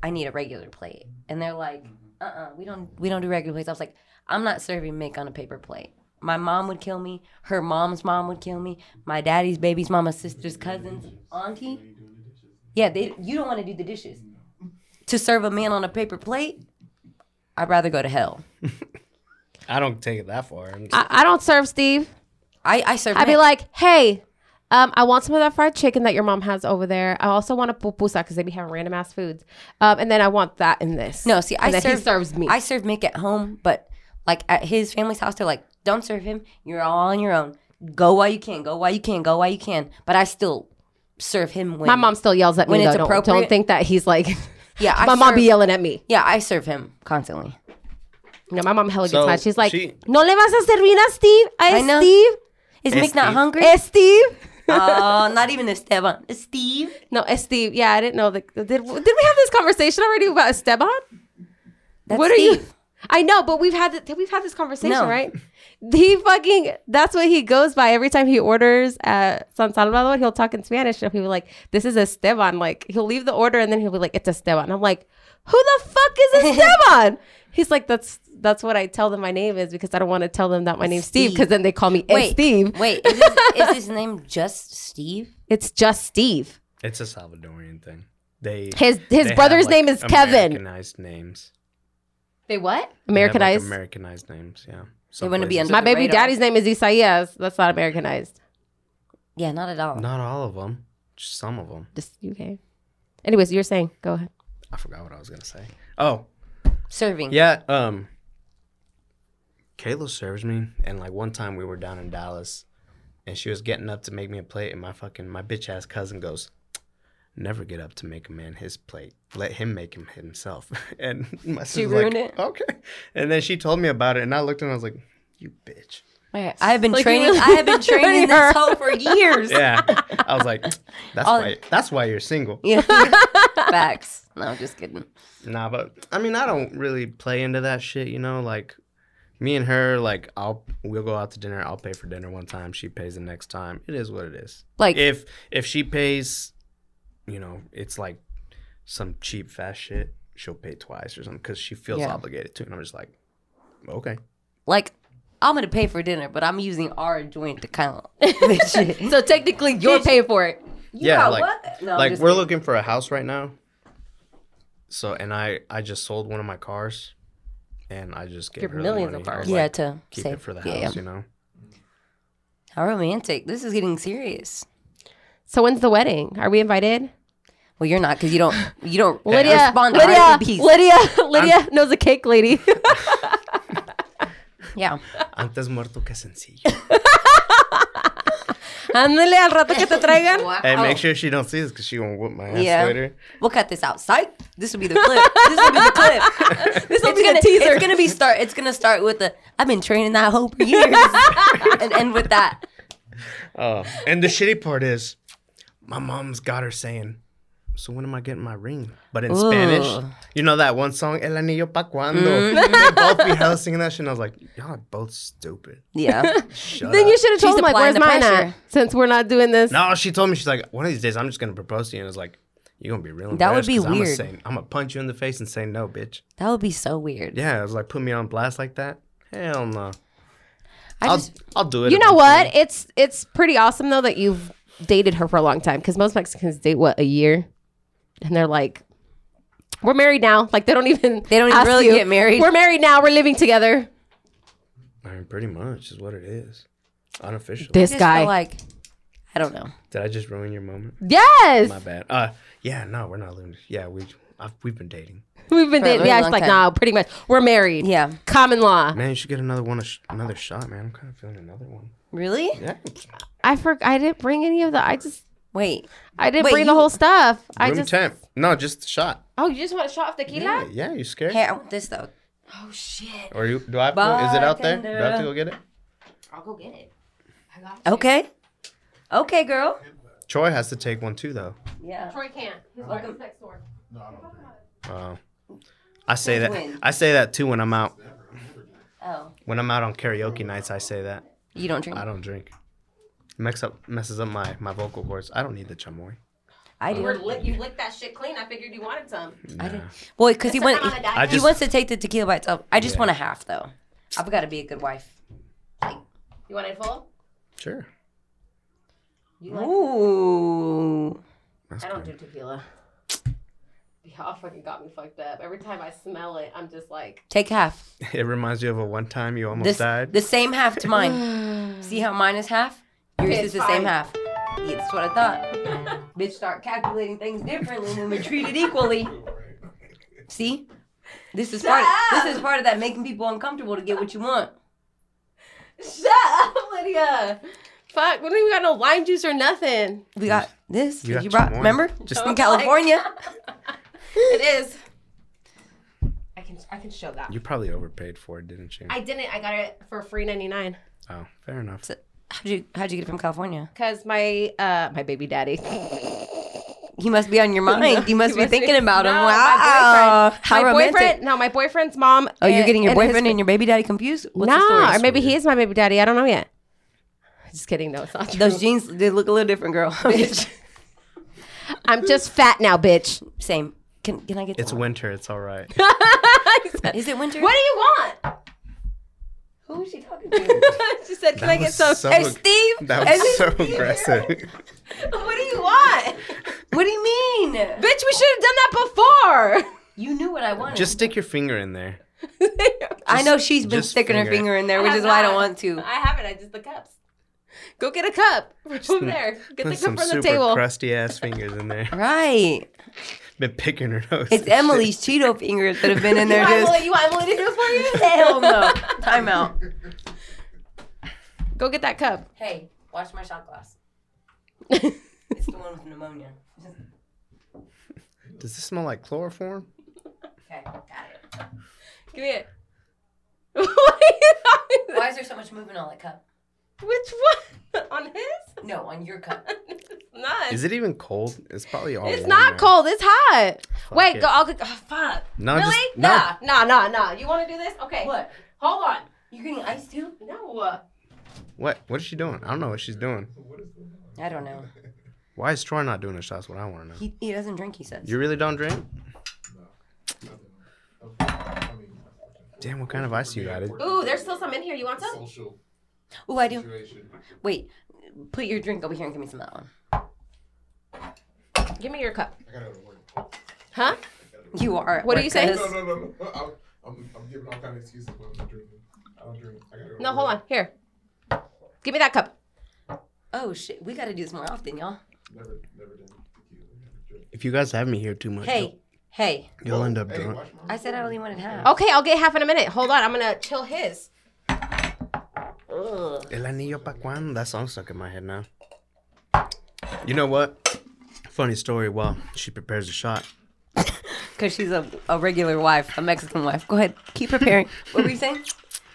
[SPEAKER 1] I need a regular plate. And they're like, uh uh we don't we don't do regular plates. I was like, I'm not serving Mick on a paper plate. My mom would kill me, her mom's mom would kill me, my daddy's baby's mama's sister's cousin's auntie. Yeah, they you don't want to do the dishes to serve a man on a paper plate, I'd rather go to hell.
[SPEAKER 2] I don't take it that far. I'm just-
[SPEAKER 3] I, I don't serve Steve.
[SPEAKER 1] I, I serve.
[SPEAKER 3] I'd be
[SPEAKER 1] men.
[SPEAKER 3] like, hey, um, I want some of that fried chicken that your mom has over there. I also want a pupusa because they be having random ass foods. Um, and then I want that in this.
[SPEAKER 1] no, see, I
[SPEAKER 3] and then
[SPEAKER 1] serve.
[SPEAKER 3] he serves me.
[SPEAKER 1] I serve Mick at home, but like at his family's house, they're like, "Don't serve him. You're all on your own. Go while you can. Go while you can. Go while you can." But I still serve him when
[SPEAKER 3] my mom still yells at me.
[SPEAKER 1] When it's
[SPEAKER 3] though. Don't- Don't
[SPEAKER 1] appropriate-
[SPEAKER 3] think that he's like,
[SPEAKER 1] Yeah, I
[SPEAKER 3] my mom
[SPEAKER 1] serve-
[SPEAKER 3] be yelling at me.
[SPEAKER 1] Yeah, I serve him constantly.
[SPEAKER 3] No, my mom hella gets
[SPEAKER 2] So,
[SPEAKER 3] mad. She's like,
[SPEAKER 2] she-
[SPEAKER 3] "No le vas a servir a Steve? A
[SPEAKER 1] I know.
[SPEAKER 3] Steve?
[SPEAKER 1] Is
[SPEAKER 2] Hey,
[SPEAKER 1] Mick not
[SPEAKER 2] Steve.
[SPEAKER 1] hungry?
[SPEAKER 3] A Steve?
[SPEAKER 1] Oh, not even Esteban. Steve.
[SPEAKER 3] No, a Steve. Yeah, I didn't know. That, did did we have this conversation already about Esteban?
[SPEAKER 1] That's
[SPEAKER 3] what are you?
[SPEAKER 1] Steve.
[SPEAKER 3] I know, but we've had th- we've had this conversation,
[SPEAKER 1] No.
[SPEAKER 3] right? He fucking that's what he goes by every time he orders at San Salvador. He'll talk in Spanish and he'll be like, "This is Esteban." Like he'll leave the order and then he'll be like, "It's Esteban." I'm like, "Who the fuck is Esteban?" He's like, "That's that's what I tell them my name is because I don't want to tell them that my name's Steve
[SPEAKER 1] Steve.
[SPEAKER 3] because then they call me
[SPEAKER 1] Wait,
[SPEAKER 3] Wait. Steve.
[SPEAKER 1] Wait, is his, is his name just Steve?
[SPEAKER 3] It's just Steve.
[SPEAKER 2] it's a Salvadorian thing. They
[SPEAKER 3] His
[SPEAKER 2] they
[SPEAKER 3] his
[SPEAKER 2] have,
[SPEAKER 3] brother's
[SPEAKER 2] like,
[SPEAKER 3] name is Kevin.
[SPEAKER 2] Americanized names.
[SPEAKER 3] They
[SPEAKER 2] They
[SPEAKER 3] what?
[SPEAKER 2] have, like,
[SPEAKER 3] Americanized.
[SPEAKER 2] Americanized names.
[SPEAKER 1] They
[SPEAKER 2] Yeah. Some
[SPEAKER 1] wouldn't be
[SPEAKER 2] places-
[SPEAKER 1] under
[SPEAKER 3] my
[SPEAKER 1] the
[SPEAKER 3] baby
[SPEAKER 1] radar.
[SPEAKER 3] daddy's name is Isaias. That's not Americanized.
[SPEAKER 1] Yeah, not at all.
[SPEAKER 2] Not all of them. Just some of them.
[SPEAKER 3] Just UK. Anyways, you're saying go ahead.
[SPEAKER 2] I forgot what I was gonna say. Oh
[SPEAKER 1] Serving.
[SPEAKER 2] yeah. Um. Kayla serves me, and like one time we were down in Dallas, and she was getting up to make me a plate, and my fucking my bitch ass cousin goes, "Never get up to make a man his plate. Let him make him himself." And my she
[SPEAKER 1] ruined
[SPEAKER 2] like,
[SPEAKER 1] it?
[SPEAKER 2] Okay. And then she told me about it, and I looked and I was like, "You bitch."
[SPEAKER 1] Wait, I have been
[SPEAKER 3] Like, you
[SPEAKER 1] training.
[SPEAKER 3] really-
[SPEAKER 1] I have been training
[SPEAKER 3] Her.
[SPEAKER 1] this hoe for years.
[SPEAKER 2] Yeah. I was like, "That's
[SPEAKER 1] All-
[SPEAKER 2] why. That's why you're single."
[SPEAKER 1] Yeah. Facts. No, I'm just kidding.
[SPEAKER 2] Nah, but I mean, I don't really play into that shit, you know. Like, me and her, like, I'll we'll go out to dinner. I'll pay for dinner one time. She pays the next time. It is what it is.
[SPEAKER 1] Like-
[SPEAKER 2] if if she pays you know, it's like some cheap fast shit. She'll pay twice or something because she feels
[SPEAKER 1] Yeah.
[SPEAKER 2] obligated to. And I'm just like, okay.
[SPEAKER 1] Like, I'm gonna pay for dinner, but I'm using our joint account. This shit.
[SPEAKER 3] So technically, you're paying for it.
[SPEAKER 2] Yeah, like,
[SPEAKER 1] No, I'm
[SPEAKER 2] like
[SPEAKER 1] just
[SPEAKER 2] we're
[SPEAKER 1] kidding.
[SPEAKER 2] looking for a house right now. So and I I just sold one of my cars, and I just gave
[SPEAKER 3] Your
[SPEAKER 2] her the
[SPEAKER 3] millions of
[SPEAKER 2] money. I
[SPEAKER 3] cars.
[SPEAKER 2] was
[SPEAKER 1] yeah
[SPEAKER 2] like,
[SPEAKER 1] to
[SPEAKER 2] keep
[SPEAKER 1] save
[SPEAKER 2] it for the
[SPEAKER 1] Yeah,
[SPEAKER 2] house,
[SPEAKER 1] yeah.
[SPEAKER 2] you know.
[SPEAKER 1] How romantic! This is getting serious.
[SPEAKER 3] So when's the wedding? Are we invited?
[SPEAKER 1] Well, you're not because you don't you don't
[SPEAKER 3] Lydia,
[SPEAKER 1] respond to
[SPEAKER 3] Lydia,
[SPEAKER 1] RSVPs.
[SPEAKER 3] Lydia, Lydia knows the cake lady.
[SPEAKER 1] Yeah,
[SPEAKER 2] Antes muerto que sencillo.
[SPEAKER 3] Ándale al rato que te traigan.
[SPEAKER 2] Hey, make sure she don't see this because she gonna whoop my ass
[SPEAKER 1] Oh. Yeah.
[SPEAKER 2] later.
[SPEAKER 1] we'll cut this out. Psych. This will be the clip. This will be the clip.
[SPEAKER 3] This will
[SPEAKER 1] It's
[SPEAKER 3] be
[SPEAKER 1] gonna,
[SPEAKER 3] the teaser.
[SPEAKER 1] it's gonna be start. It's gonna start with the. I've been training that hoe for years, and end with that.
[SPEAKER 2] Oh, and the shitty part is, my mom's got her saying, "So when am I getting my ring?" But in Spanish,
[SPEAKER 1] Ooh. Mm.
[SPEAKER 2] you know that one song "El Anillo Pa' Cuando." They both be hella singing that shit. And I was like, "Y'all are both stupid."
[SPEAKER 1] Yeah,
[SPEAKER 2] Shut
[SPEAKER 3] Then
[SPEAKER 2] up.
[SPEAKER 3] you should
[SPEAKER 1] She's
[SPEAKER 3] have told him like,
[SPEAKER 1] applying
[SPEAKER 3] "Where's
[SPEAKER 1] the
[SPEAKER 3] mine
[SPEAKER 1] pressure.
[SPEAKER 3] at?" Since we're not doing this.
[SPEAKER 2] No, she told me she's like, one of these days I'm just gonna propose to you, and it's like, you're gonna be real.
[SPEAKER 1] That would
[SPEAKER 2] embarrassed
[SPEAKER 1] be
[SPEAKER 2] 'cause
[SPEAKER 1] weird.
[SPEAKER 2] I'm gonna, say, I'm gonna punch you in the face and say no, bitch.
[SPEAKER 1] that would be so weird.
[SPEAKER 2] Yeah, I was like, put me on blast like that. Hell no.
[SPEAKER 1] I
[SPEAKER 2] I'll
[SPEAKER 1] just
[SPEAKER 2] I'll do it.
[SPEAKER 3] You know
[SPEAKER 2] eventually.
[SPEAKER 3] what? It's it's pretty awesome though that you've dated her for a long time because most Mexicans date what a year, and they're like, "We're married now." Like they don't even
[SPEAKER 1] They don't even
[SPEAKER 3] ask
[SPEAKER 1] really
[SPEAKER 3] you,
[SPEAKER 1] get married.
[SPEAKER 3] We're married now. We're living together.
[SPEAKER 2] I mean, pretty much is what it is. Unofficial.
[SPEAKER 3] This
[SPEAKER 1] just
[SPEAKER 3] guy,
[SPEAKER 1] feel like I don't know.
[SPEAKER 2] Did I just ruin your moment?
[SPEAKER 3] yes,
[SPEAKER 2] My bad. Uh, yeah, no, we're not living. Yeah, we I've, we've been dating.
[SPEAKER 3] we've been
[SPEAKER 1] For a
[SPEAKER 3] dating.
[SPEAKER 1] really
[SPEAKER 3] Yeah, it's
[SPEAKER 1] long
[SPEAKER 3] like
[SPEAKER 1] time.
[SPEAKER 3] nah, pretty much. We're married.
[SPEAKER 1] Yeah,
[SPEAKER 3] common law.
[SPEAKER 2] Man, you should get another one, a sh- another shot, man. I'm kind of feeling another one.
[SPEAKER 1] really?
[SPEAKER 2] Yeah.
[SPEAKER 3] I for I didn't bring any of the. I just
[SPEAKER 1] Wait,
[SPEAKER 3] I didn't
[SPEAKER 1] Wait,
[SPEAKER 3] bring the
[SPEAKER 1] you-
[SPEAKER 3] whole stuff. I
[SPEAKER 2] Room
[SPEAKER 3] just
[SPEAKER 2] temp. No, just a shot.
[SPEAKER 3] oh, you just want to shot off tequila?
[SPEAKER 2] Yeah, yeah, you scared?
[SPEAKER 1] hey, I want this though.
[SPEAKER 3] Oh shit!
[SPEAKER 2] Or you? Do I? Have to, go- is it out there? Do I have to
[SPEAKER 1] Bartender.
[SPEAKER 2] go get it?
[SPEAKER 3] I'll go get it. I got
[SPEAKER 1] Okay, okay, girl.
[SPEAKER 2] Troy has to take one too, though.
[SPEAKER 1] Yeah,
[SPEAKER 3] Troy can't. He's
[SPEAKER 1] Welcome.
[SPEAKER 3] next door.
[SPEAKER 2] Wow. Uh, I say that.
[SPEAKER 1] Win.
[SPEAKER 2] I say that too when I'm out.
[SPEAKER 1] Oh,
[SPEAKER 2] When I'm out on karaoke nights, I say that.
[SPEAKER 1] you don't drink?
[SPEAKER 2] I don't drink. Mess up messes up my my vocal cords. I don't need the chamoy.
[SPEAKER 1] I do.
[SPEAKER 3] you licked that shit clean. I figured you wanted some.
[SPEAKER 1] I did. Well, because he went.
[SPEAKER 3] I'm on a diet.
[SPEAKER 2] I
[SPEAKER 1] he
[SPEAKER 2] just-
[SPEAKER 1] wants to take the tequila by itself. I just
[SPEAKER 2] Yeah.
[SPEAKER 1] want a half though. I've got to be a good wife.
[SPEAKER 3] You want it full?
[SPEAKER 2] Sure.
[SPEAKER 1] Ooh.
[SPEAKER 2] That's
[SPEAKER 3] I don't do
[SPEAKER 2] good.
[SPEAKER 3] tequila. Y'all fucking got me fucked up. Every time I smell it, I'm just like,
[SPEAKER 1] Take half.
[SPEAKER 2] It reminds you of a one time you almost
[SPEAKER 1] This
[SPEAKER 2] died.
[SPEAKER 1] the same half to mine. See how mine is half? Yours
[SPEAKER 3] Okay,
[SPEAKER 1] is the same
[SPEAKER 3] fine.
[SPEAKER 1] half. Yeah, that's what I thought. Bitch, start calculating things differently when we're treated equally. See, this is part. This is part of that making people uncomfortable to get what you want.
[SPEAKER 3] shut up, Lydia. Fuck, we don't even got no lime juice or nothing.
[SPEAKER 1] We got this.
[SPEAKER 2] You
[SPEAKER 1] You,
[SPEAKER 2] got
[SPEAKER 1] brought.
[SPEAKER 2] chamoy.
[SPEAKER 1] Remember,
[SPEAKER 2] Just-
[SPEAKER 1] just from California.
[SPEAKER 3] it is. I can I can show that.
[SPEAKER 2] You probably overpaid for it, didn't you?
[SPEAKER 3] I didn't. I got it for free ninety nine
[SPEAKER 2] oh, fair enough.
[SPEAKER 1] How'd you How'd you get it from California?
[SPEAKER 3] because my uh my baby daddy.
[SPEAKER 1] He must be on your mind. you must be
[SPEAKER 3] must
[SPEAKER 1] thinking about him.
[SPEAKER 3] No,
[SPEAKER 1] Wow.
[SPEAKER 3] My boyfriend.
[SPEAKER 1] How
[SPEAKER 3] my
[SPEAKER 1] romantic.
[SPEAKER 3] boyfriend. No, my boyfriend's mom.
[SPEAKER 1] Oh, you're getting your
[SPEAKER 3] and his
[SPEAKER 1] boyfriend and your baby daddy confused? What's the story?
[SPEAKER 3] No, or maybe he is my baby daddy. I don't know yet. Just kidding. No, it's not true.
[SPEAKER 1] Those jeans, they look a little different, girl.
[SPEAKER 3] I'm just fat now, bitch.
[SPEAKER 1] Same. Can, can I get
[SPEAKER 2] It's
[SPEAKER 1] that?
[SPEAKER 2] winter. It's all right.
[SPEAKER 1] Is it winter?
[SPEAKER 3] What do you want?
[SPEAKER 1] Who is she talking to?
[SPEAKER 3] she said, "Can I get
[SPEAKER 2] was
[SPEAKER 3] some?"
[SPEAKER 2] so-
[SPEAKER 1] hey, Steve.
[SPEAKER 2] That
[SPEAKER 1] Is
[SPEAKER 2] was
[SPEAKER 1] it-
[SPEAKER 2] so aggressive.
[SPEAKER 3] what do you want,
[SPEAKER 1] What do you mean?
[SPEAKER 3] bitch? We should have done that
[SPEAKER 1] You knew what I wanted.
[SPEAKER 2] Just stick your finger in there.
[SPEAKER 3] before.
[SPEAKER 1] I know she's been
[SPEAKER 2] just
[SPEAKER 1] sticking her
[SPEAKER 2] finger it.
[SPEAKER 1] finger in there, which is why I don't want to.
[SPEAKER 3] I haven't. I just the cups. Go get a cup from there. Get the
[SPEAKER 2] Put
[SPEAKER 3] cup
[SPEAKER 2] some
[SPEAKER 3] from
[SPEAKER 2] super
[SPEAKER 3] the table.
[SPEAKER 2] crusty ass fingers in there.
[SPEAKER 1] Right.
[SPEAKER 2] Been picking her nose.
[SPEAKER 1] It's Emily's Cheeto fingers that have been in
[SPEAKER 3] you,
[SPEAKER 1] there
[SPEAKER 3] want
[SPEAKER 1] just.
[SPEAKER 3] Emily, you want Emily to do it for you?
[SPEAKER 1] Hell no. Time out.
[SPEAKER 3] Go get that cup.
[SPEAKER 1] Hey, watch my shot glass. It's the one with pneumonia.
[SPEAKER 2] Does this smell like chloroform?
[SPEAKER 1] Okay, got it.
[SPEAKER 3] Give me it. what are you talking about?
[SPEAKER 1] Why is there so much movement on that cup?
[SPEAKER 3] Which one? On his?
[SPEAKER 1] No, on your cup.
[SPEAKER 3] Not.
[SPEAKER 2] Is it even cold? It's probably all.
[SPEAKER 3] it's
[SPEAKER 2] warm
[SPEAKER 3] not
[SPEAKER 2] now.
[SPEAKER 3] cold. It's hot. Wait,
[SPEAKER 2] it.
[SPEAKER 3] go. I'll go. Oh, fuck.
[SPEAKER 2] No,
[SPEAKER 3] really?
[SPEAKER 2] just- no.
[SPEAKER 3] nah, nah, nah, nah. You want to do this? Okay.
[SPEAKER 1] What?
[SPEAKER 3] Hold on.
[SPEAKER 1] You getting ice too?
[SPEAKER 3] No.
[SPEAKER 2] What? What is she doing? I don't know what she's doing.
[SPEAKER 1] I don't know.
[SPEAKER 2] Why is Troy not doing his shots? What I want to know.
[SPEAKER 1] He, he doesn't drink, he says.
[SPEAKER 2] You really don't drink? Damn, what kind of ice you got? It-
[SPEAKER 3] Ooh, there's still some in here. You want some?
[SPEAKER 4] Social
[SPEAKER 1] Oh, I do.
[SPEAKER 4] situation.
[SPEAKER 1] Wait, put your drink over here and give me some of that one.
[SPEAKER 3] Give me your cup.
[SPEAKER 4] I gotta go to work.
[SPEAKER 3] Huh?
[SPEAKER 1] You are.
[SPEAKER 3] What do you say?
[SPEAKER 4] No, no, no, no. I'm, I'm, I'm giving all kind of excuses when I'm not drinking. I don't drink. I gotta go to
[SPEAKER 3] No,
[SPEAKER 4] work.
[SPEAKER 3] hold on. Here. Give me that cup.
[SPEAKER 1] Oh shit, we gotta do this more often, y'all.
[SPEAKER 4] Never, never done tequila. Never drink.
[SPEAKER 2] If you guys have me here too much,
[SPEAKER 1] Hey, hey.
[SPEAKER 2] you'll, you'll end up
[SPEAKER 4] Hey,
[SPEAKER 2] drunk.
[SPEAKER 4] watch my
[SPEAKER 1] I said I only wanted half.
[SPEAKER 3] Okay, I'll get half in a minute. Hold on. I'm going to chill his.
[SPEAKER 1] Ugh.
[SPEAKER 2] El anillo pa cuando? That song stuck in my head now. You know what? Funny story. While she prepares a shot,
[SPEAKER 1] Cause she's a, a regular wife, a Mexican wife. Go ahead, keep preparing. what were you saying?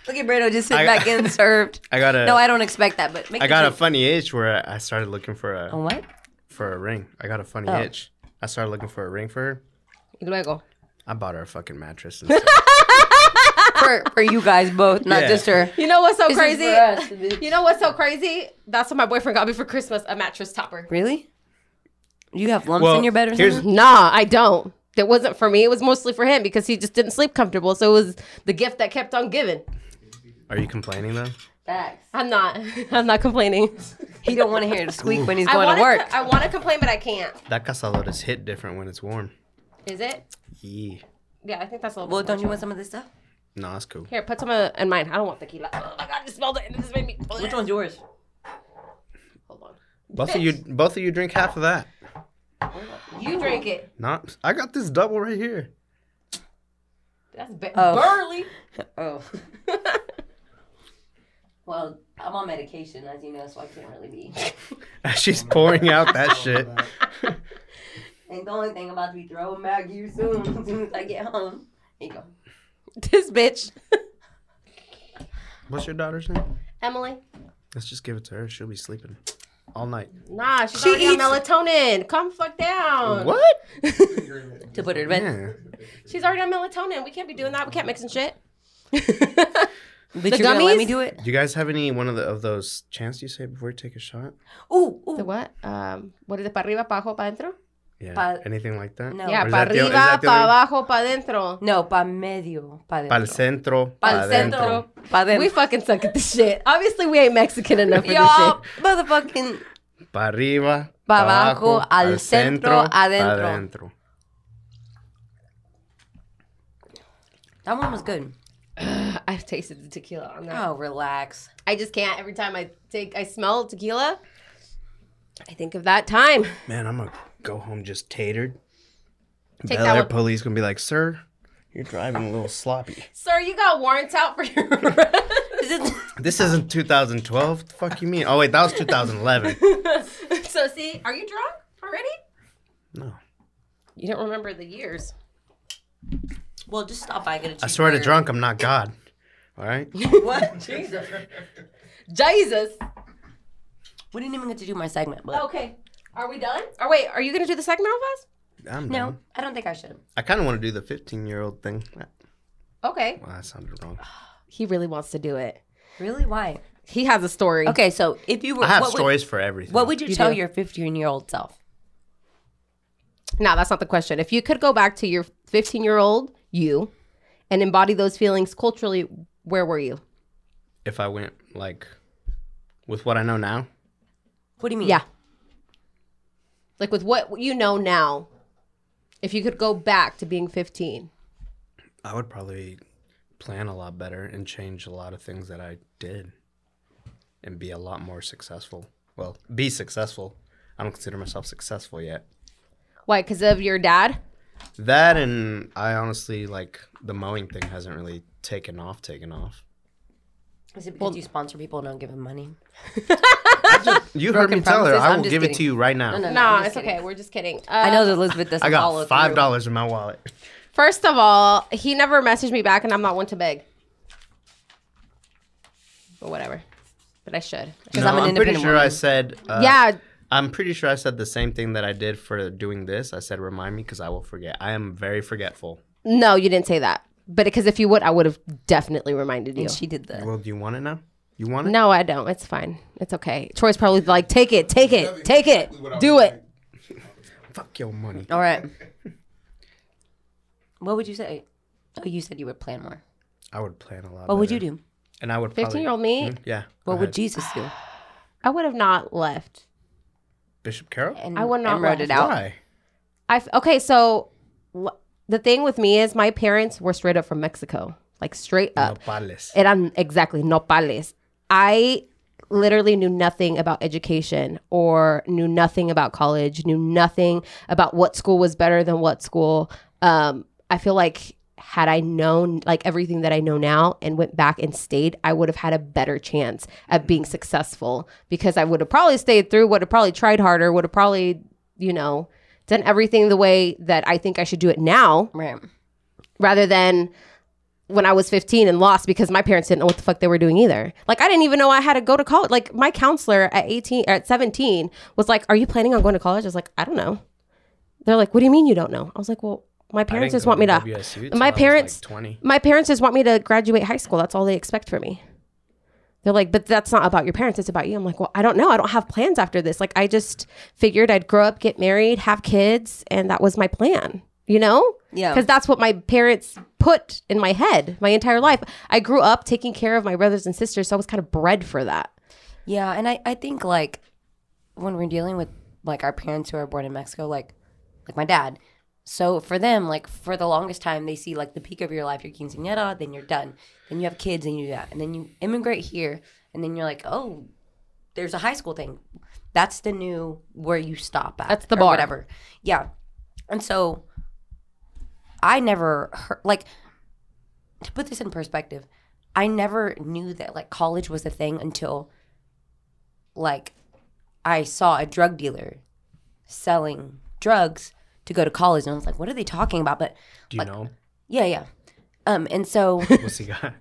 [SPEAKER 1] Look at Bredo just
[SPEAKER 2] I
[SPEAKER 1] sitting
[SPEAKER 2] got-
[SPEAKER 1] back in served.
[SPEAKER 2] I got a.
[SPEAKER 1] No, I don't expect that, but make
[SPEAKER 2] I
[SPEAKER 1] the
[SPEAKER 2] got a
[SPEAKER 1] drink.
[SPEAKER 2] funny itch where I started looking for a
[SPEAKER 1] A what?
[SPEAKER 2] for a ring. I got a funny
[SPEAKER 1] Oh.
[SPEAKER 2] itch. I started looking for a ring for her.
[SPEAKER 3] Luego.
[SPEAKER 2] I bought her a fucking mattress. Instead.
[SPEAKER 1] for for you guys both, not
[SPEAKER 2] Yeah.
[SPEAKER 1] just her.
[SPEAKER 3] You know what's so
[SPEAKER 1] This is
[SPEAKER 3] crazy?
[SPEAKER 1] for us, bitch.
[SPEAKER 3] You know what's so crazy? That's what my boyfriend got me for Christmas a mattress topper.
[SPEAKER 1] Really? You have lumps
[SPEAKER 2] Well,
[SPEAKER 1] in your bed or
[SPEAKER 2] here's-
[SPEAKER 1] something?
[SPEAKER 3] Nah, I don't. That wasn't for me. It was mostly for him because he just didn't sleep comfortable. So it was the gift that kept on giving.
[SPEAKER 2] Are you complaining though?
[SPEAKER 1] Facts.
[SPEAKER 3] I'm not. I'm not complaining.
[SPEAKER 1] He don't want to hear the squeak when he's
[SPEAKER 3] I
[SPEAKER 1] going
[SPEAKER 3] wanna
[SPEAKER 1] to work.
[SPEAKER 3] co- I want to complain, but I can't.
[SPEAKER 2] That casador is hit different when it's warm.
[SPEAKER 3] Is it?
[SPEAKER 2] Yeah.
[SPEAKER 3] Yeah, I think that's a little.
[SPEAKER 1] well, don't you want some of this stuff?
[SPEAKER 2] No, that's cool.
[SPEAKER 3] Here, put some uh, in mine. I don't want tequila. Oh my god, you smelled it and it just made me.
[SPEAKER 1] Which one's yours?
[SPEAKER 3] Hold on.
[SPEAKER 2] Both of you, both of you drink half of that.
[SPEAKER 3] You drink it.
[SPEAKER 2] Not. I got this double right here.
[SPEAKER 3] That's ba-
[SPEAKER 1] Oh.
[SPEAKER 3] burly.
[SPEAKER 1] Oh. Well, I'm on medication, as you know, so I can't really be.
[SPEAKER 2] She's pouring out that shit.
[SPEAKER 1] And the only thing I'm about to be throwing back you soon, as soon as I get home. Here you go.
[SPEAKER 3] this bitch.
[SPEAKER 2] What's your daughter's name?
[SPEAKER 3] Emily.
[SPEAKER 2] Let's just give it to her. She'll be sleeping all night.
[SPEAKER 3] Nah, she's
[SPEAKER 1] She
[SPEAKER 3] already on
[SPEAKER 1] eats-
[SPEAKER 3] melatonin. Come fuck
[SPEAKER 1] Uh,
[SPEAKER 3] down.
[SPEAKER 2] What?
[SPEAKER 1] To put her to bed.
[SPEAKER 2] Yeah.
[SPEAKER 3] She's already on melatonin. We can't be doing that. We can't mix and shit.
[SPEAKER 1] But
[SPEAKER 3] The
[SPEAKER 1] you're gonna let me
[SPEAKER 3] gummies?
[SPEAKER 1] do it?
[SPEAKER 2] Do you guys have any one of the of those chants you say before you take a shot?
[SPEAKER 1] Ooh, ooh.
[SPEAKER 3] the what? Um, what is it? Pa arriba, pa abajo, pa dentro?
[SPEAKER 2] Yeah.
[SPEAKER 1] Pa-
[SPEAKER 2] Anything like that?
[SPEAKER 1] No.
[SPEAKER 3] Yeah,
[SPEAKER 2] Or is
[SPEAKER 3] pa
[SPEAKER 2] that the- is
[SPEAKER 3] arriba,
[SPEAKER 2] that the other-
[SPEAKER 3] pa abajo, pa dentro.
[SPEAKER 1] No, pa medio, pa dentro.
[SPEAKER 2] Pal centro.
[SPEAKER 1] Pa'l
[SPEAKER 2] pa'
[SPEAKER 1] centro,
[SPEAKER 2] dentro.
[SPEAKER 1] pa dentro.
[SPEAKER 3] We fucking suck at this shit. Obviously, we ain't Mexican enough for
[SPEAKER 1] Y'all,
[SPEAKER 3] this
[SPEAKER 1] motherfucking.
[SPEAKER 2] Pa arriba.
[SPEAKER 1] Pa'
[SPEAKER 2] pa'
[SPEAKER 1] abajo, al centro,
[SPEAKER 2] pa'
[SPEAKER 1] adentro.
[SPEAKER 2] adentro.
[SPEAKER 1] That one was good.
[SPEAKER 3] shit. I've tasted the tequila on that.
[SPEAKER 1] Oh, relax.
[SPEAKER 3] I just can't. Every time I take, I smell tequila. I think of that time.
[SPEAKER 2] Man, I'm gonna go home just tatered.
[SPEAKER 3] Take
[SPEAKER 2] Bel
[SPEAKER 3] that
[SPEAKER 2] Air
[SPEAKER 3] one.
[SPEAKER 2] police gonna be like, sir, you're driving a little sloppy.
[SPEAKER 3] Sir, you got warrants out for your arrest.
[SPEAKER 1] Is it-
[SPEAKER 2] This isn't 2012. What the fuck you mean? Oh wait, that was 2011.
[SPEAKER 3] so see, are you drunk already?
[SPEAKER 2] No,
[SPEAKER 3] You don't remember the years.
[SPEAKER 1] well, just stop by. Get a
[SPEAKER 2] I swear to
[SPEAKER 1] cheeseburger.
[SPEAKER 2] drunk, I'm not God. All right.
[SPEAKER 1] What?
[SPEAKER 4] Jesus.
[SPEAKER 3] Jesus.
[SPEAKER 1] We didn't even get to do my segment. But
[SPEAKER 3] Okay. Are we done? Oh wait, are you gonna do the segment of us?
[SPEAKER 2] I'm
[SPEAKER 1] no,
[SPEAKER 2] done.
[SPEAKER 1] I don't think I should.
[SPEAKER 2] I kind of want to do the 15 year old thing. Well,
[SPEAKER 3] Okay.
[SPEAKER 2] that sounded wrong.
[SPEAKER 3] He really wants to do it.
[SPEAKER 1] Really? Why?
[SPEAKER 3] He has a story.
[SPEAKER 1] Okay, so if you were,
[SPEAKER 2] I have
[SPEAKER 1] what, would,
[SPEAKER 2] stories for everything.
[SPEAKER 1] what would you,
[SPEAKER 3] You
[SPEAKER 1] tell
[SPEAKER 3] do.
[SPEAKER 1] your 15 year old self?
[SPEAKER 3] No, that's not the question. If you could go back to your 15 year old you and embody those feelings culturally, where were you?
[SPEAKER 2] if I went like with what I know now?
[SPEAKER 1] What do you mean?
[SPEAKER 3] Yeah. Like with what you know now, if you could go back to being 15.
[SPEAKER 2] I would probably plan a lot better and change a lot of things that I did and be a lot more successful. Well, be successful. I don't consider myself successful yet.
[SPEAKER 3] Why? Because of your dad?
[SPEAKER 2] That and I honestly like the mowing thing hasn't really taken off, taken off.
[SPEAKER 1] Is it because you sponsor people and don't give them money?
[SPEAKER 2] You heard me
[SPEAKER 1] Broken
[SPEAKER 2] tell her.
[SPEAKER 1] promises?
[SPEAKER 2] I
[SPEAKER 1] I'm
[SPEAKER 2] will
[SPEAKER 1] just
[SPEAKER 2] give it to
[SPEAKER 1] kidding.
[SPEAKER 2] you right now.
[SPEAKER 1] No, no, no.
[SPEAKER 3] No,
[SPEAKER 1] I'm just
[SPEAKER 3] it's
[SPEAKER 1] kidding.
[SPEAKER 3] okay. We're just kidding.
[SPEAKER 1] I know
[SPEAKER 3] Uh,
[SPEAKER 1] that Elizabeth doesn't
[SPEAKER 2] I
[SPEAKER 1] follow
[SPEAKER 2] got five
[SPEAKER 1] through.
[SPEAKER 2] dollars in my wallet.
[SPEAKER 3] First of all, he never messaged me back, and I'm not one to beg. But whatever. But I should.
[SPEAKER 1] No, I'm an
[SPEAKER 2] pretty
[SPEAKER 1] independent
[SPEAKER 2] sure I
[SPEAKER 1] woman.
[SPEAKER 2] said. Uh,
[SPEAKER 3] yeah.
[SPEAKER 2] I'm pretty sure I said the same thing that I did for doing this. I said, "Remind me, because I will forget. I am very forgetful."
[SPEAKER 3] No, you didn't say that. But because if you would, I would have definitely reminded you.
[SPEAKER 1] And she did the.
[SPEAKER 2] Well, do you want it now? You want it?
[SPEAKER 3] No, I don't. It's fine. It's okay. Troy's probably like, take it, take it, take it, do it.
[SPEAKER 2] Fuck your money.
[SPEAKER 1] All right. What would you say? Oh, you said you would plan more.
[SPEAKER 2] I would plan a lot.
[SPEAKER 1] What would you
[SPEAKER 2] better.
[SPEAKER 1] do?
[SPEAKER 2] And I would. probably-
[SPEAKER 3] 15 year old me,
[SPEAKER 2] Mhm, Yeah.
[SPEAKER 1] What
[SPEAKER 2] go
[SPEAKER 1] would
[SPEAKER 2] ahead.
[SPEAKER 1] Jesus do?
[SPEAKER 3] I would have not left.
[SPEAKER 2] Bishop Carroll?
[SPEAKER 1] And
[SPEAKER 3] I would not
[SPEAKER 1] and wrote it
[SPEAKER 3] laugh.
[SPEAKER 1] out.
[SPEAKER 2] Why?
[SPEAKER 3] I f- okay, so l- the thing with me is my parents were straight up from Mexico, like straight up.
[SPEAKER 2] Nopales.
[SPEAKER 3] And I'm exactly nopales. I literally knew nothing about education or knew nothing about college, knew nothing about what school was better than what school. Um, I feel like had I known like everything that I know now and went back and stayed, I would have had a better chance at being successful because I would have probably stayed through, would have probably tried harder, would have probably, you know, done everything the way that I think I should do it now
[SPEAKER 1] Right.
[SPEAKER 3] rather than when I was 15 and lost because my parents didn't know what the fuck they were doing either. Like I didn't even know I had to go to college. Like my counselor at 18 at 17 was like, "Are you planning on going to college?" I was like, "I don't know." They're like, "What do you mean you don't know?" I was like, "Well, my
[SPEAKER 2] I
[SPEAKER 3] parents
[SPEAKER 2] didn't
[SPEAKER 3] just
[SPEAKER 2] go
[SPEAKER 3] want me to
[SPEAKER 2] WSU till I
[SPEAKER 3] My
[SPEAKER 2] was, like,
[SPEAKER 3] parents
[SPEAKER 2] 20.
[SPEAKER 3] my parents just want me to graduate high school. That's all they expect from me. They're like, but that's not about your parents. It's about you. I'm like, well, I don't know. I don't have plans after this. Like, I just figured I'd grow up, get married, have kids, and that was my plan, you know?
[SPEAKER 1] Yeah.
[SPEAKER 3] Because that's what my parents put in my head my entire life. I grew up taking care of my brothers and sisters, so I was kind of bred for that.
[SPEAKER 1] Yeah, and I, I think like when we're dealing with like our parents who are born in Mexico, like like my dad. So for them, like for the longest time, they see like the peak of your life, your quinceañera, then you're done. Then you have kids and you do that. And then you immigrate here and then you're like, oh, there's a high school thing. That's the new where you stop at.
[SPEAKER 3] That's the
[SPEAKER 1] or
[SPEAKER 3] bar.
[SPEAKER 1] Whatever. Yeah. And so I never heard, like to put this in perspective, I never knew that like college was a thing until like I saw a drug dealer selling drugs to go to college and I was like, what are they talking about? But
[SPEAKER 2] Do you know?
[SPEAKER 1] yeah, yeah. Um and so
[SPEAKER 2] What's he got?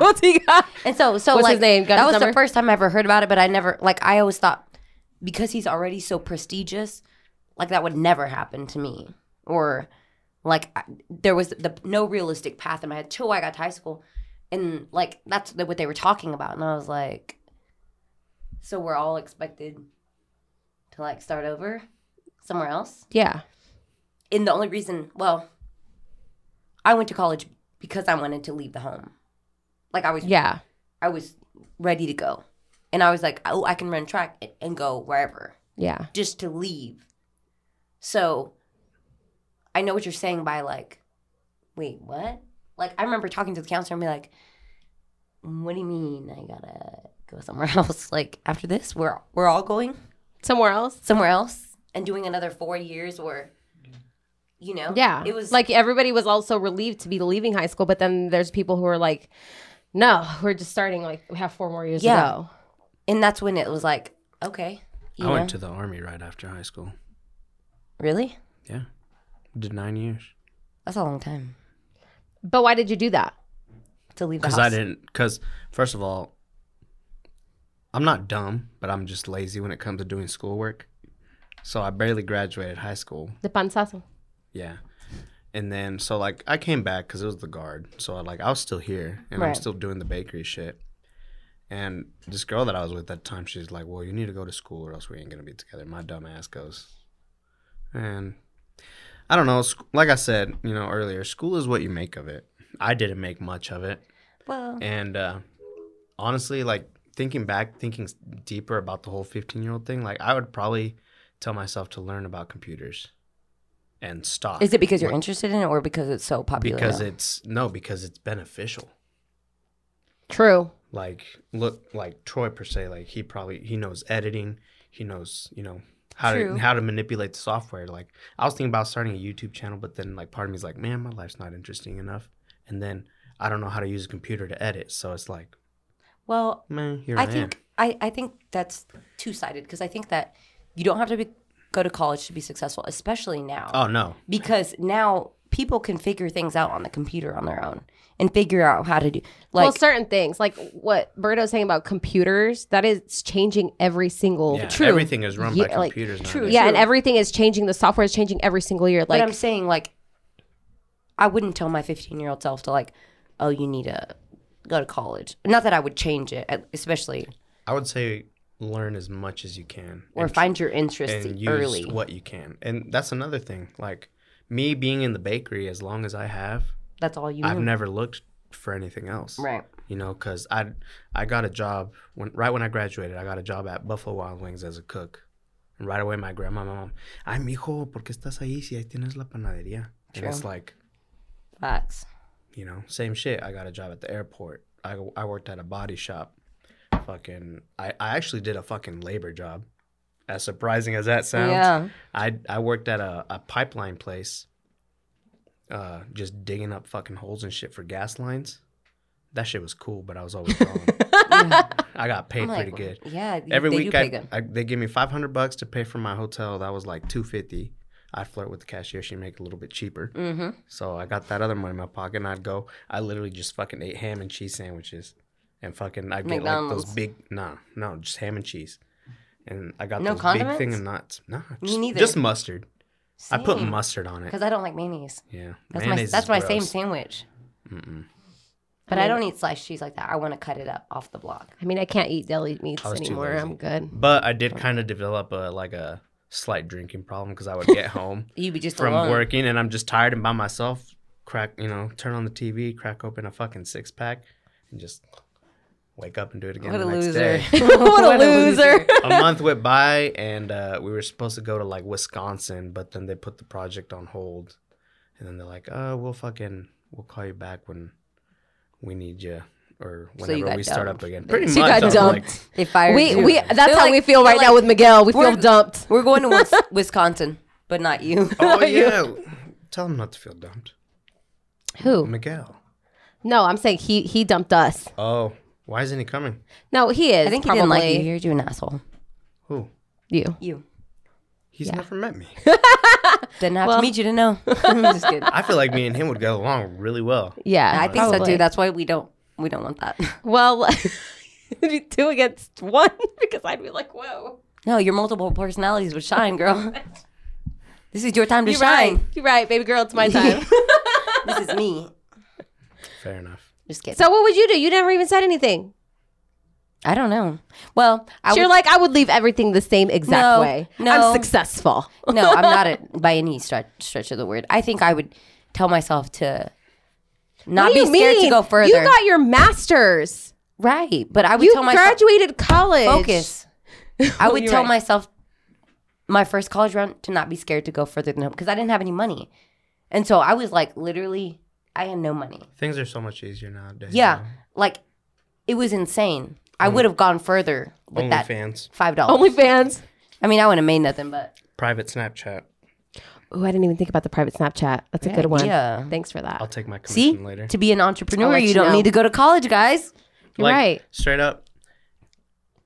[SPEAKER 3] What's he got?
[SPEAKER 1] and so so
[SPEAKER 3] What's
[SPEAKER 1] like
[SPEAKER 3] his name? Got
[SPEAKER 1] that
[SPEAKER 3] his
[SPEAKER 1] was
[SPEAKER 3] number?
[SPEAKER 1] the first time I ever heard about it, but I never like I always thought because he's already so prestigious, like that would never happen to me. Or like I, there was the no realistic path in my head till I got to high school, and like that's the- what they were talking about, and I was like, so we're all expected to like start over somewhere else
[SPEAKER 3] Yeah.
[SPEAKER 1] and the only reason well i went to college because i wanted to leave the home like i was
[SPEAKER 3] Yeah.
[SPEAKER 1] i was ready to go and i was like oh i can run track a- and go wherever
[SPEAKER 3] Yeah.
[SPEAKER 1] just to leave so i know what you're saying by like wait what like i remember talking to the counselor and be like what do you mean i gotta go somewhere else like after this we're we're all going
[SPEAKER 3] Somewhere else.
[SPEAKER 1] somewhere else and doing another four years or you know
[SPEAKER 3] Yeah.
[SPEAKER 1] it was
[SPEAKER 3] like everybody was also relieved to be leaving high school, but then there's people who are like, no, we're just starting. Like, we have four more years
[SPEAKER 1] Yeah.
[SPEAKER 3] to go.
[SPEAKER 1] and that's when it was like, okay, you
[SPEAKER 2] I
[SPEAKER 1] know,
[SPEAKER 2] went to the army right after high school.
[SPEAKER 1] really?
[SPEAKER 2] Yeah. Did nine years.
[SPEAKER 1] That's a long time
[SPEAKER 3] But why did you do that?
[SPEAKER 1] to leave the house.
[SPEAKER 2] Because I didn't. Because first of all, I'm not dumb, but I'm just lazy when it comes to doing schoolwork. So I barely graduated high school.
[SPEAKER 3] The panzazo.
[SPEAKER 2] Yeah, and then so like I came back because it was the guard. So I like I was still here and I'm
[SPEAKER 1] Right.
[SPEAKER 2] still doing the bakery shit. And this girl that I was with at the time, she's like, "Well, you need to go to school, or else we ain't gonna be together." My dumb ass goes, and I don't know. sc- Like I said, you know earlier, school is what you make of it. I didn't make much of it.
[SPEAKER 1] Well,
[SPEAKER 2] And uh, honestly, like thinking back, thinking s- deeper about the whole 15 year old thing, like I would probably tell myself to learn about computers and stock.
[SPEAKER 1] is it because you're
[SPEAKER 2] Like,
[SPEAKER 1] interested in it or because it's so popular?
[SPEAKER 2] Because
[SPEAKER 1] now?
[SPEAKER 2] it's no, because it's beneficial.
[SPEAKER 3] True.
[SPEAKER 2] Like look, like Troy per se, like he probably he knows editing, he knows you know how
[SPEAKER 1] True.
[SPEAKER 2] to how to manipulate the software. Like I was thinking about starting a YouTube channel, but then like part of me's like, man, my life's not interesting enough, and then I don't know how to use a computer to edit, so it's like,
[SPEAKER 1] well,
[SPEAKER 2] man, here I,
[SPEAKER 1] I
[SPEAKER 2] am.
[SPEAKER 1] think I, I think that's two sided because I think that you don't have to be, go to college to be successful, especially now.
[SPEAKER 2] Oh no,
[SPEAKER 1] because now people can figure things out on the computer on their own and figure out how to do like
[SPEAKER 3] well, certain things like what Birdo's saying about computers, that is changing every single.
[SPEAKER 2] Yeah,
[SPEAKER 1] True.
[SPEAKER 2] everything is run by
[SPEAKER 3] Yeah, like,
[SPEAKER 2] computers
[SPEAKER 1] true,
[SPEAKER 2] nowadays.
[SPEAKER 3] Yeah, and everything is changing. The software is changing every single year.
[SPEAKER 1] but
[SPEAKER 3] Like,
[SPEAKER 1] I'm saying like I wouldn't tell my 15 year old self to like, oh, you need to go to college. Not that I would change it, especially
[SPEAKER 2] I would say learn as much as you can
[SPEAKER 1] or
[SPEAKER 2] and
[SPEAKER 1] find your interest
[SPEAKER 2] and use
[SPEAKER 1] early.
[SPEAKER 2] what you can. And that's another thing. Like me being in the bakery as long as I have,
[SPEAKER 1] That's all you
[SPEAKER 2] I've
[SPEAKER 1] need.
[SPEAKER 2] never looked for anything else.
[SPEAKER 1] right.
[SPEAKER 2] You know, cuz I I got a job when right when I graduated, I got a job at Buffalo Wild Wings as a cook. And right away my grandma my mom, "Ay, mijo, ¿por qué estás ahí si ahí tienes la panadería?" And it's
[SPEAKER 1] True.
[SPEAKER 2] like,
[SPEAKER 1] Facts.
[SPEAKER 2] you know, same shit. I got a job at the airport. I I worked at a body shop. Fucking I I actually did a fucking labor job. As surprising as that sounds.
[SPEAKER 1] Yeah.
[SPEAKER 2] I I worked at a, a pipeline place, uh, just digging up fucking holes and shit for gas lines. That shit was cool, but I was always wrong. I got paid
[SPEAKER 1] I'm like,
[SPEAKER 2] pretty good.
[SPEAKER 1] Yeah. you-
[SPEAKER 2] Every
[SPEAKER 1] they
[SPEAKER 2] week,
[SPEAKER 1] do pay
[SPEAKER 2] I,
[SPEAKER 1] good.
[SPEAKER 2] I they give me five hundred bucks to pay for my hotel. That was like two fifty. I flirt with the cashier; she make it a little bit cheaper.
[SPEAKER 1] Mm-hmm.
[SPEAKER 2] So I got that other money in my pocket, and I'd go. I literally just fucking ate ham and cheese sandwiches, and fucking I get like those
[SPEAKER 1] McDonald's.
[SPEAKER 2] big nah no just ham and cheese, and I got
[SPEAKER 1] No
[SPEAKER 2] those big thing
[SPEAKER 1] condiments?
[SPEAKER 2] of nuts. Nah,
[SPEAKER 1] Me
[SPEAKER 2] just,
[SPEAKER 1] neither.
[SPEAKER 2] just mustard. I put mustard on it.
[SPEAKER 1] because I don't like mayonnaise.
[SPEAKER 2] Yeah,
[SPEAKER 1] That's
[SPEAKER 2] Mayonnaise
[SPEAKER 1] my
[SPEAKER 2] is
[SPEAKER 1] that's my same
[SPEAKER 2] gross.
[SPEAKER 1] sandwich.
[SPEAKER 2] Mm-mm.
[SPEAKER 1] But I don't eat sliced cheese like that. I want to cut it up off the block.
[SPEAKER 3] I mean, I can't eat deli meats
[SPEAKER 2] I was too
[SPEAKER 3] anymore.
[SPEAKER 2] lazy.
[SPEAKER 3] I'm good.
[SPEAKER 2] But I did kind of develop a like a slight drinking problem because I would get home
[SPEAKER 1] You be just
[SPEAKER 2] from
[SPEAKER 1] alone.
[SPEAKER 2] working and I'm just tired and by myself. Crack, you know, turn on the TV, crack open a fucking six pack, and just wake up and do it again.
[SPEAKER 1] What a
[SPEAKER 2] the next
[SPEAKER 1] loser!
[SPEAKER 2] Day.
[SPEAKER 1] what,
[SPEAKER 3] a loser.
[SPEAKER 2] a month went by and uh, we were supposed to go to like Wisconsin, but then they put the project on hold. And then they're like, "Oh, we'll fucking we'll call you back when we need you or
[SPEAKER 1] So you
[SPEAKER 2] whenever
[SPEAKER 1] got
[SPEAKER 2] we start
[SPEAKER 1] dumped.
[SPEAKER 2] up again." Pretty
[SPEAKER 3] She
[SPEAKER 2] much.
[SPEAKER 3] got
[SPEAKER 2] I was like,
[SPEAKER 3] dumped.
[SPEAKER 1] They fired
[SPEAKER 3] We
[SPEAKER 1] you.
[SPEAKER 3] we that's how
[SPEAKER 1] like-
[SPEAKER 3] we feel
[SPEAKER 1] they're
[SPEAKER 3] right now
[SPEAKER 1] like,
[SPEAKER 3] with Miguel. We feel
[SPEAKER 1] "We're-
[SPEAKER 3] dumped.
[SPEAKER 1] We're going to Wis- Wisconsin, but not you.
[SPEAKER 2] "Oh yeah, tell him not to feel dumped."
[SPEAKER 3] Who?
[SPEAKER 2] Miguel.
[SPEAKER 3] No, I'm saying he he dumped us.
[SPEAKER 2] Oh, why isn't he coming?
[SPEAKER 3] No, he is.
[SPEAKER 1] I think he
[SPEAKER 3] probably
[SPEAKER 1] didn't like you. He heard you an asshole.
[SPEAKER 2] Who?
[SPEAKER 3] you.
[SPEAKER 1] You
[SPEAKER 2] He's never met me.
[SPEAKER 1] didn't have to meet you to know. Just kidding.
[SPEAKER 2] I feel like me and him would get along really well.
[SPEAKER 3] Yeah,
[SPEAKER 1] I think so
[SPEAKER 3] probably.
[SPEAKER 1] too. That's why we don't we don't want that.
[SPEAKER 3] Well, it'd be two against one because I'd be like, whoa.
[SPEAKER 1] No, your multiple personalities would shine, girl. This is your time to
[SPEAKER 3] You're right.
[SPEAKER 1] shine.
[SPEAKER 3] You're right, baby girl. It's my time.
[SPEAKER 1] This is me.
[SPEAKER 2] Fair enough.
[SPEAKER 1] Just kidding.
[SPEAKER 3] so what would you do? You never even said anything.
[SPEAKER 1] I don't know. Well, I
[SPEAKER 3] So
[SPEAKER 1] would
[SPEAKER 3] you're like, I would leave everything the same exact
[SPEAKER 1] No,
[SPEAKER 3] way.
[SPEAKER 1] no.
[SPEAKER 3] I'm successful.
[SPEAKER 1] no, I'm not a, by any stretch, stretch of the word. I think I would tell myself to not
[SPEAKER 3] What do
[SPEAKER 1] be
[SPEAKER 3] you
[SPEAKER 1] scared to
[SPEAKER 3] mean?
[SPEAKER 1] go further.
[SPEAKER 3] You got your master's.
[SPEAKER 1] right, but I would
[SPEAKER 3] You
[SPEAKER 1] tell myself
[SPEAKER 3] graduated college.
[SPEAKER 1] focus. I would
[SPEAKER 3] You're
[SPEAKER 1] tell
[SPEAKER 3] right.
[SPEAKER 1] myself my first college round to not be scared to go further than because I didn't have any money, and so I was like literally I had no money.
[SPEAKER 2] Things are so much easier nowadays.
[SPEAKER 1] Yeah, like it was insane. I would have gone further with that
[SPEAKER 2] OnlyFans,
[SPEAKER 1] five dollars.
[SPEAKER 3] OnlyFans.
[SPEAKER 1] I mean, I wouldn't have made nothing, but
[SPEAKER 2] private Snapchat.
[SPEAKER 3] Oh, I didn't even think about the private Snapchat. That's a good one.
[SPEAKER 1] Yeah.
[SPEAKER 3] Thanks for that.
[SPEAKER 2] I'll take my
[SPEAKER 1] See,
[SPEAKER 2] commission later.
[SPEAKER 1] to be an entrepreneur,
[SPEAKER 3] let
[SPEAKER 1] you
[SPEAKER 3] you
[SPEAKER 1] don't
[SPEAKER 3] know.
[SPEAKER 1] need to go to college, guys.
[SPEAKER 3] You're right.
[SPEAKER 2] Straight up,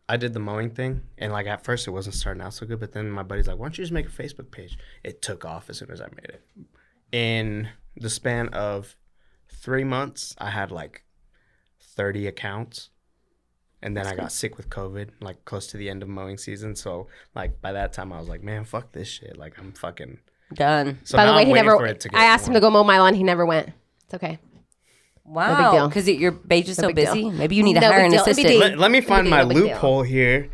[SPEAKER 2] I did the mowing thing, and like at first it wasn't starting out so good, but then my buddy's like, "Why don't you just make a Facebook page?" It took off as soon as I made it. In the span of three months, I had like thirty accounts, and then I got sick with COVID, like close to the end of mowing season. So like by that time, I was like, "Man, fuck this shit!" Like I'm fucking.
[SPEAKER 1] Done.
[SPEAKER 2] So
[SPEAKER 3] By
[SPEAKER 2] now
[SPEAKER 3] the way,
[SPEAKER 2] I'm
[SPEAKER 3] he
[SPEAKER 2] waiting
[SPEAKER 3] never.
[SPEAKER 2] for it to get
[SPEAKER 3] I asked him to
[SPEAKER 2] warm.
[SPEAKER 3] go mow my lawn. He never went. It's okay. big
[SPEAKER 1] Wow,
[SPEAKER 3] deal.
[SPEAKER 1] because your page is
[SPEAKER 3] No
[SPEAKER 1] so
[SPEAKER 3] big deal.
[SPEAKER 1] busy. Maybe you need to
[SPEAKER 3] No
[SPEAKER 1] hire
[SPEAKER 3] big
[SPEAKER 1] an
[SPEAKER 3] deal.
[SPEAKER 1] assistant.
[SPEAKER 3] NBD.
[SPEAKER 2] Let, let me find
[SPEAKER 3] big
[SPEAKER 2] my
[SPEAKER 3] deal, big deal.
[SPEAKER 2] loophole here.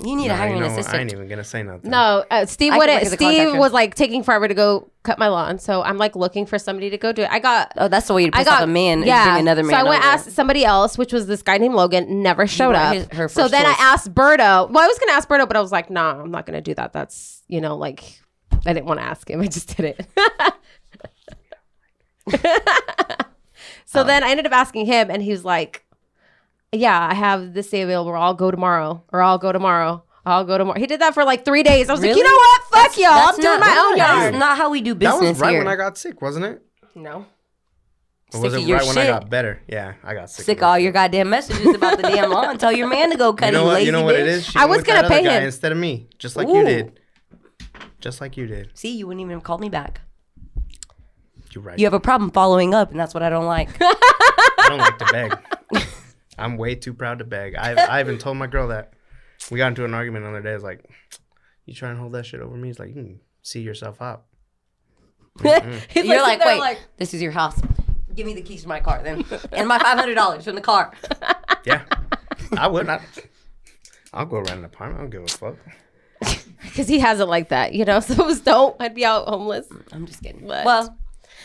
[SPEAKER 1] You need to
[SPEAKER 2] Nah,
[SPEAKER 1] hire
[SPEAKER 2] you
[SPEAKER 1] an
[SPEAKER 2] know what? I ain't
[SPEAKER 1] assistant.
[SPEAKER 2] even gonna say nothing.
[SPEAKER 3] No, uh, Steve
[SPEAKER 1] I can
[SPEAKER 3] wouldn't.
[SPEAKER 1] work as a
[SPEAKER 3] Steve
[SPEAKER 1] contractor.
[SPEAKER 3] was like taking forever to go cut my lawn, so I'm like looking for somebody to go do it. I got.
[SPEAKER 1] Oh, that's the way you
[SPEAKER 3] I
[SPEAKER 1] piss
[SPEAKER 3] got
[SPEAKER 1] off a man. Yeah,
[SPEAKER 3] Yeah,
[SPEAKER 1] bring another man.
[SPEAKER 3] So I went
[SPEAKER 1] over.
[SPEAKER 3] asked somebody else, which was this guy named Logan. Never showed
[SPEAKER 1] were
[SPEAKER 3] up.
[SPEAKER 1] his- her
[SPEAKER 3] so
[SPEAKER 1] first
[SPEAKER 3] then
[SPEAKER 1] choice.
[SPEAKER 3] I asked Berto. Well, I was gonna ask Berto, but I was like, Nah, I'm not gonna do that. That's you know, like I didn't want to ask him. I just did it. so then I ended up asking him, and he was like, Yeah, I have this day available. Or I'll go tomorrow, or I'll go tomorrow. I'll go tomorrow. He did that for like three days. I was like,
[SPEAKER 1] Really?
[SPEAKER 3] you know what? Fuck y'all.
[SPEAKER 1] That's
[SPEAKER 3] I'm
[SPEAKER 1] not-
[SPEAKER 3] doing my own
[SPEAKER 1] That is
[SPEAKER 3] yard.
[SPEAKER 1] not how we do
[SPEAKER 2] that
[SPEAKER 1] business
[SPEAKER 2] was right
[SPEAKER 1] here.
[SPEAKER 2] when I got sick, wasn't it?
[SPEAKER 3] No.
[SPEAKER 2] Or was
[SPEAKER 1] Sick
[SPEAKER 2] it
[SPEAKER 1] of
[SPEAKER 2] right
[SPEAKER 1] your
[SPEAKER 2] when I
[SPEAKER 1] shit.
[SPEAKER 2] got better? Yeah, I got sick.
[SPEAKER 1] Sick
[SPEAKER 2] of
[SPEAKER 1] all
[SPEAKER 2] it.
[SPEAKER 1] your goddamn messages about the damn lawn. Tell your man to go cut
[SPEAKER 2] You know
[SPEAKER 1] it,
[SPEAKER 2] what?
[SPEAKER 1] lazy
[SPEAKER 2] You know what it
[SPEAKER 1] bitch.
[SPEAKER 2] is. She
[SPEAKER 3] I
[SPEAKER 2] went
[SPEAKER 3] was
[SPEAKER 2] with
[SPEAKER 3] gonna
[SPEAKER 2] that other
[SPEAKER 3] pay
[SPEAKER 2] guy
[SPEAKER 3] him.
[SPEAKER 2] instead of me, just like
[SPEAKER 1] Ooh.
[SPEAKER 2] you did. Just like you did.
[SPEAKER 1] See, you wouldn't even have called me back.
[SPEAKER 2] You're right.
[SPEAKER 1] You have a problem following up, and that's what I don't like.
[SPEAKER 2] I don't like to beg. I'm way too proud to beg. I I even told my girl that. We got into an argument the other day. I was like, "You try and hold that shit over me." He's like, "You can see yourself out."
[SPEAKER 1] You're like, wait, this is your house. give me the keys to my car then, and my five hundred dollars from the car.
[SPEAKER 2] Yeah, I would not. I'll go rent an apartment. I don't give a fuck.
[SPEAKER 3] because he has it like that, you know. So it was dope. I'd be out homeless.
[SPEAKER 1] I'm just kidding.
[SPEAKER 3] But-
[SPEAKER 1] Well,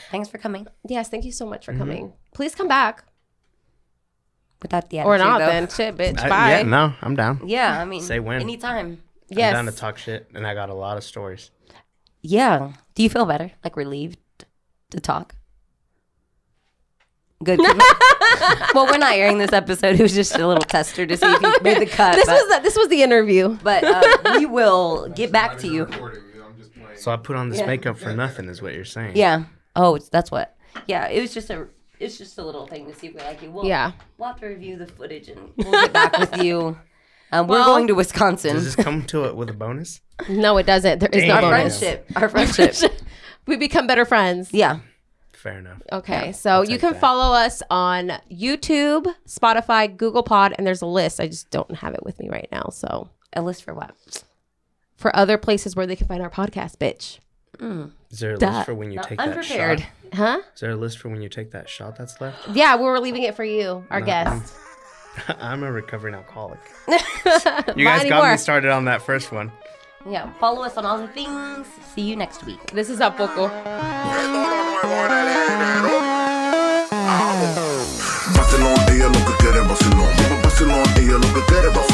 [SPEAKER 1] thanks for coming.
[SPEAKER 3] Yes, thank you so much for
[SPEAKER 2] Mm-hmm.
[SPEAKER 3] coming. Please come back
[SPEAKER 1] Without the attitude,
[SPEAKER 3] or not.
[SPEAKER 1] though.
[SPEAKER 3] Then shit, bitch.
[SPEAKER 2] I-
[SPEAKER 3] Bye.
[SPEAKER 2] Uh, yeah, no, I'm down.
[SPEAKER 1] Yeah, I mean,
[SPEAKER 2] Say when.
[SPEAKER 1] anytime.
[SPEAKER 3] Yes.
[SPEAKER 2] I'm down to talk shit, and I got a lot of stories.
[SPEAKER 1] Yeah. Do you feel better? Like relieved to talk? Good. well, we're not airing this episode. It was just a little tester to see if you made the cut.
[SPEAKER 3] this
[SPEAKER 1] but
[SPEAKER 3] was the, this was the interview.
[SPEAKER 1] but uh, we will get back to you.
[SPEAKER 4] I'm just playing.
[SPEAKER 2] So I put on this
[SPEAKER 1] Yeah.
[SPEAKER 2] makeup for nothing, is what you're saying.
[SPEAKER 1] Yeah. Oh, it's, that's what. Yeah. It was just a. It's just a little thing to see if we like you. We'll,
[SPEAKER 3] Yeah.
[SPEAKER 1] We'll have to review the footage and we'll get back with you. Um, we're
[SPEAKER 3] Well-
[SPEAKER 1] going to Wisconsin.
[SPEAKER 2] Does this come to it with a bonus?
[SPEAKER 3] No, it doesn't. There is
[SPEAKER 2] Damn.
[SPEAKER 1] our
[SPEAKER 2] Yeah.
[SPEAKER 3] no bonus.
[SPEAKER 1] friendship. Our friendship.
[SPEAKER 3] we become better friends.
[SPEAKER 1] yeah.
[SPEAKER 2] Fair enough.
[SPEAKER 3] Okay, so you
[SPEAKER 2] take
[SPEAKER 3] can
[SPEAKER 2] that.
[SPEAKER 3] follow us on YouTube, Spotify, Google Pod, and there's a list. I just don't have it with me right now. So
[SPEAKER 1] A list for what?
[SPEAKER 3] for other places where they can find our podcast, bitch.
[SPEAKER 2] Is there a
[SPEAKER 3] Duh.
[SPEAKER 2] list for when you take that
[SPEAKER 1] Unprepared.
[SPEAKER 2] shot?
[SPEAKER 3] Huh?
[SPEAKER 2] Is there a list for when you take that shot that's left?
[SPEAKER 3] Yeah, we were leaving it for you, our guest.
[SPEAKER 2] I'm a recovering alcoholic.
[SPEAKER 3] Not
[SPEAKER 2] You guys got
[SPEAKER 3] anymore.
[SPEAKER 2] me started on that first one.
[SPEAKER 1] Yeah. Follow us on all the things. See you next week.
[SPEAKER 3] This is up, Poco.
[SPEAKER 5] Barcelona, ella lo que quiere es vacilón. Vamos a Barcelona, ella lo que quiere es vacilón.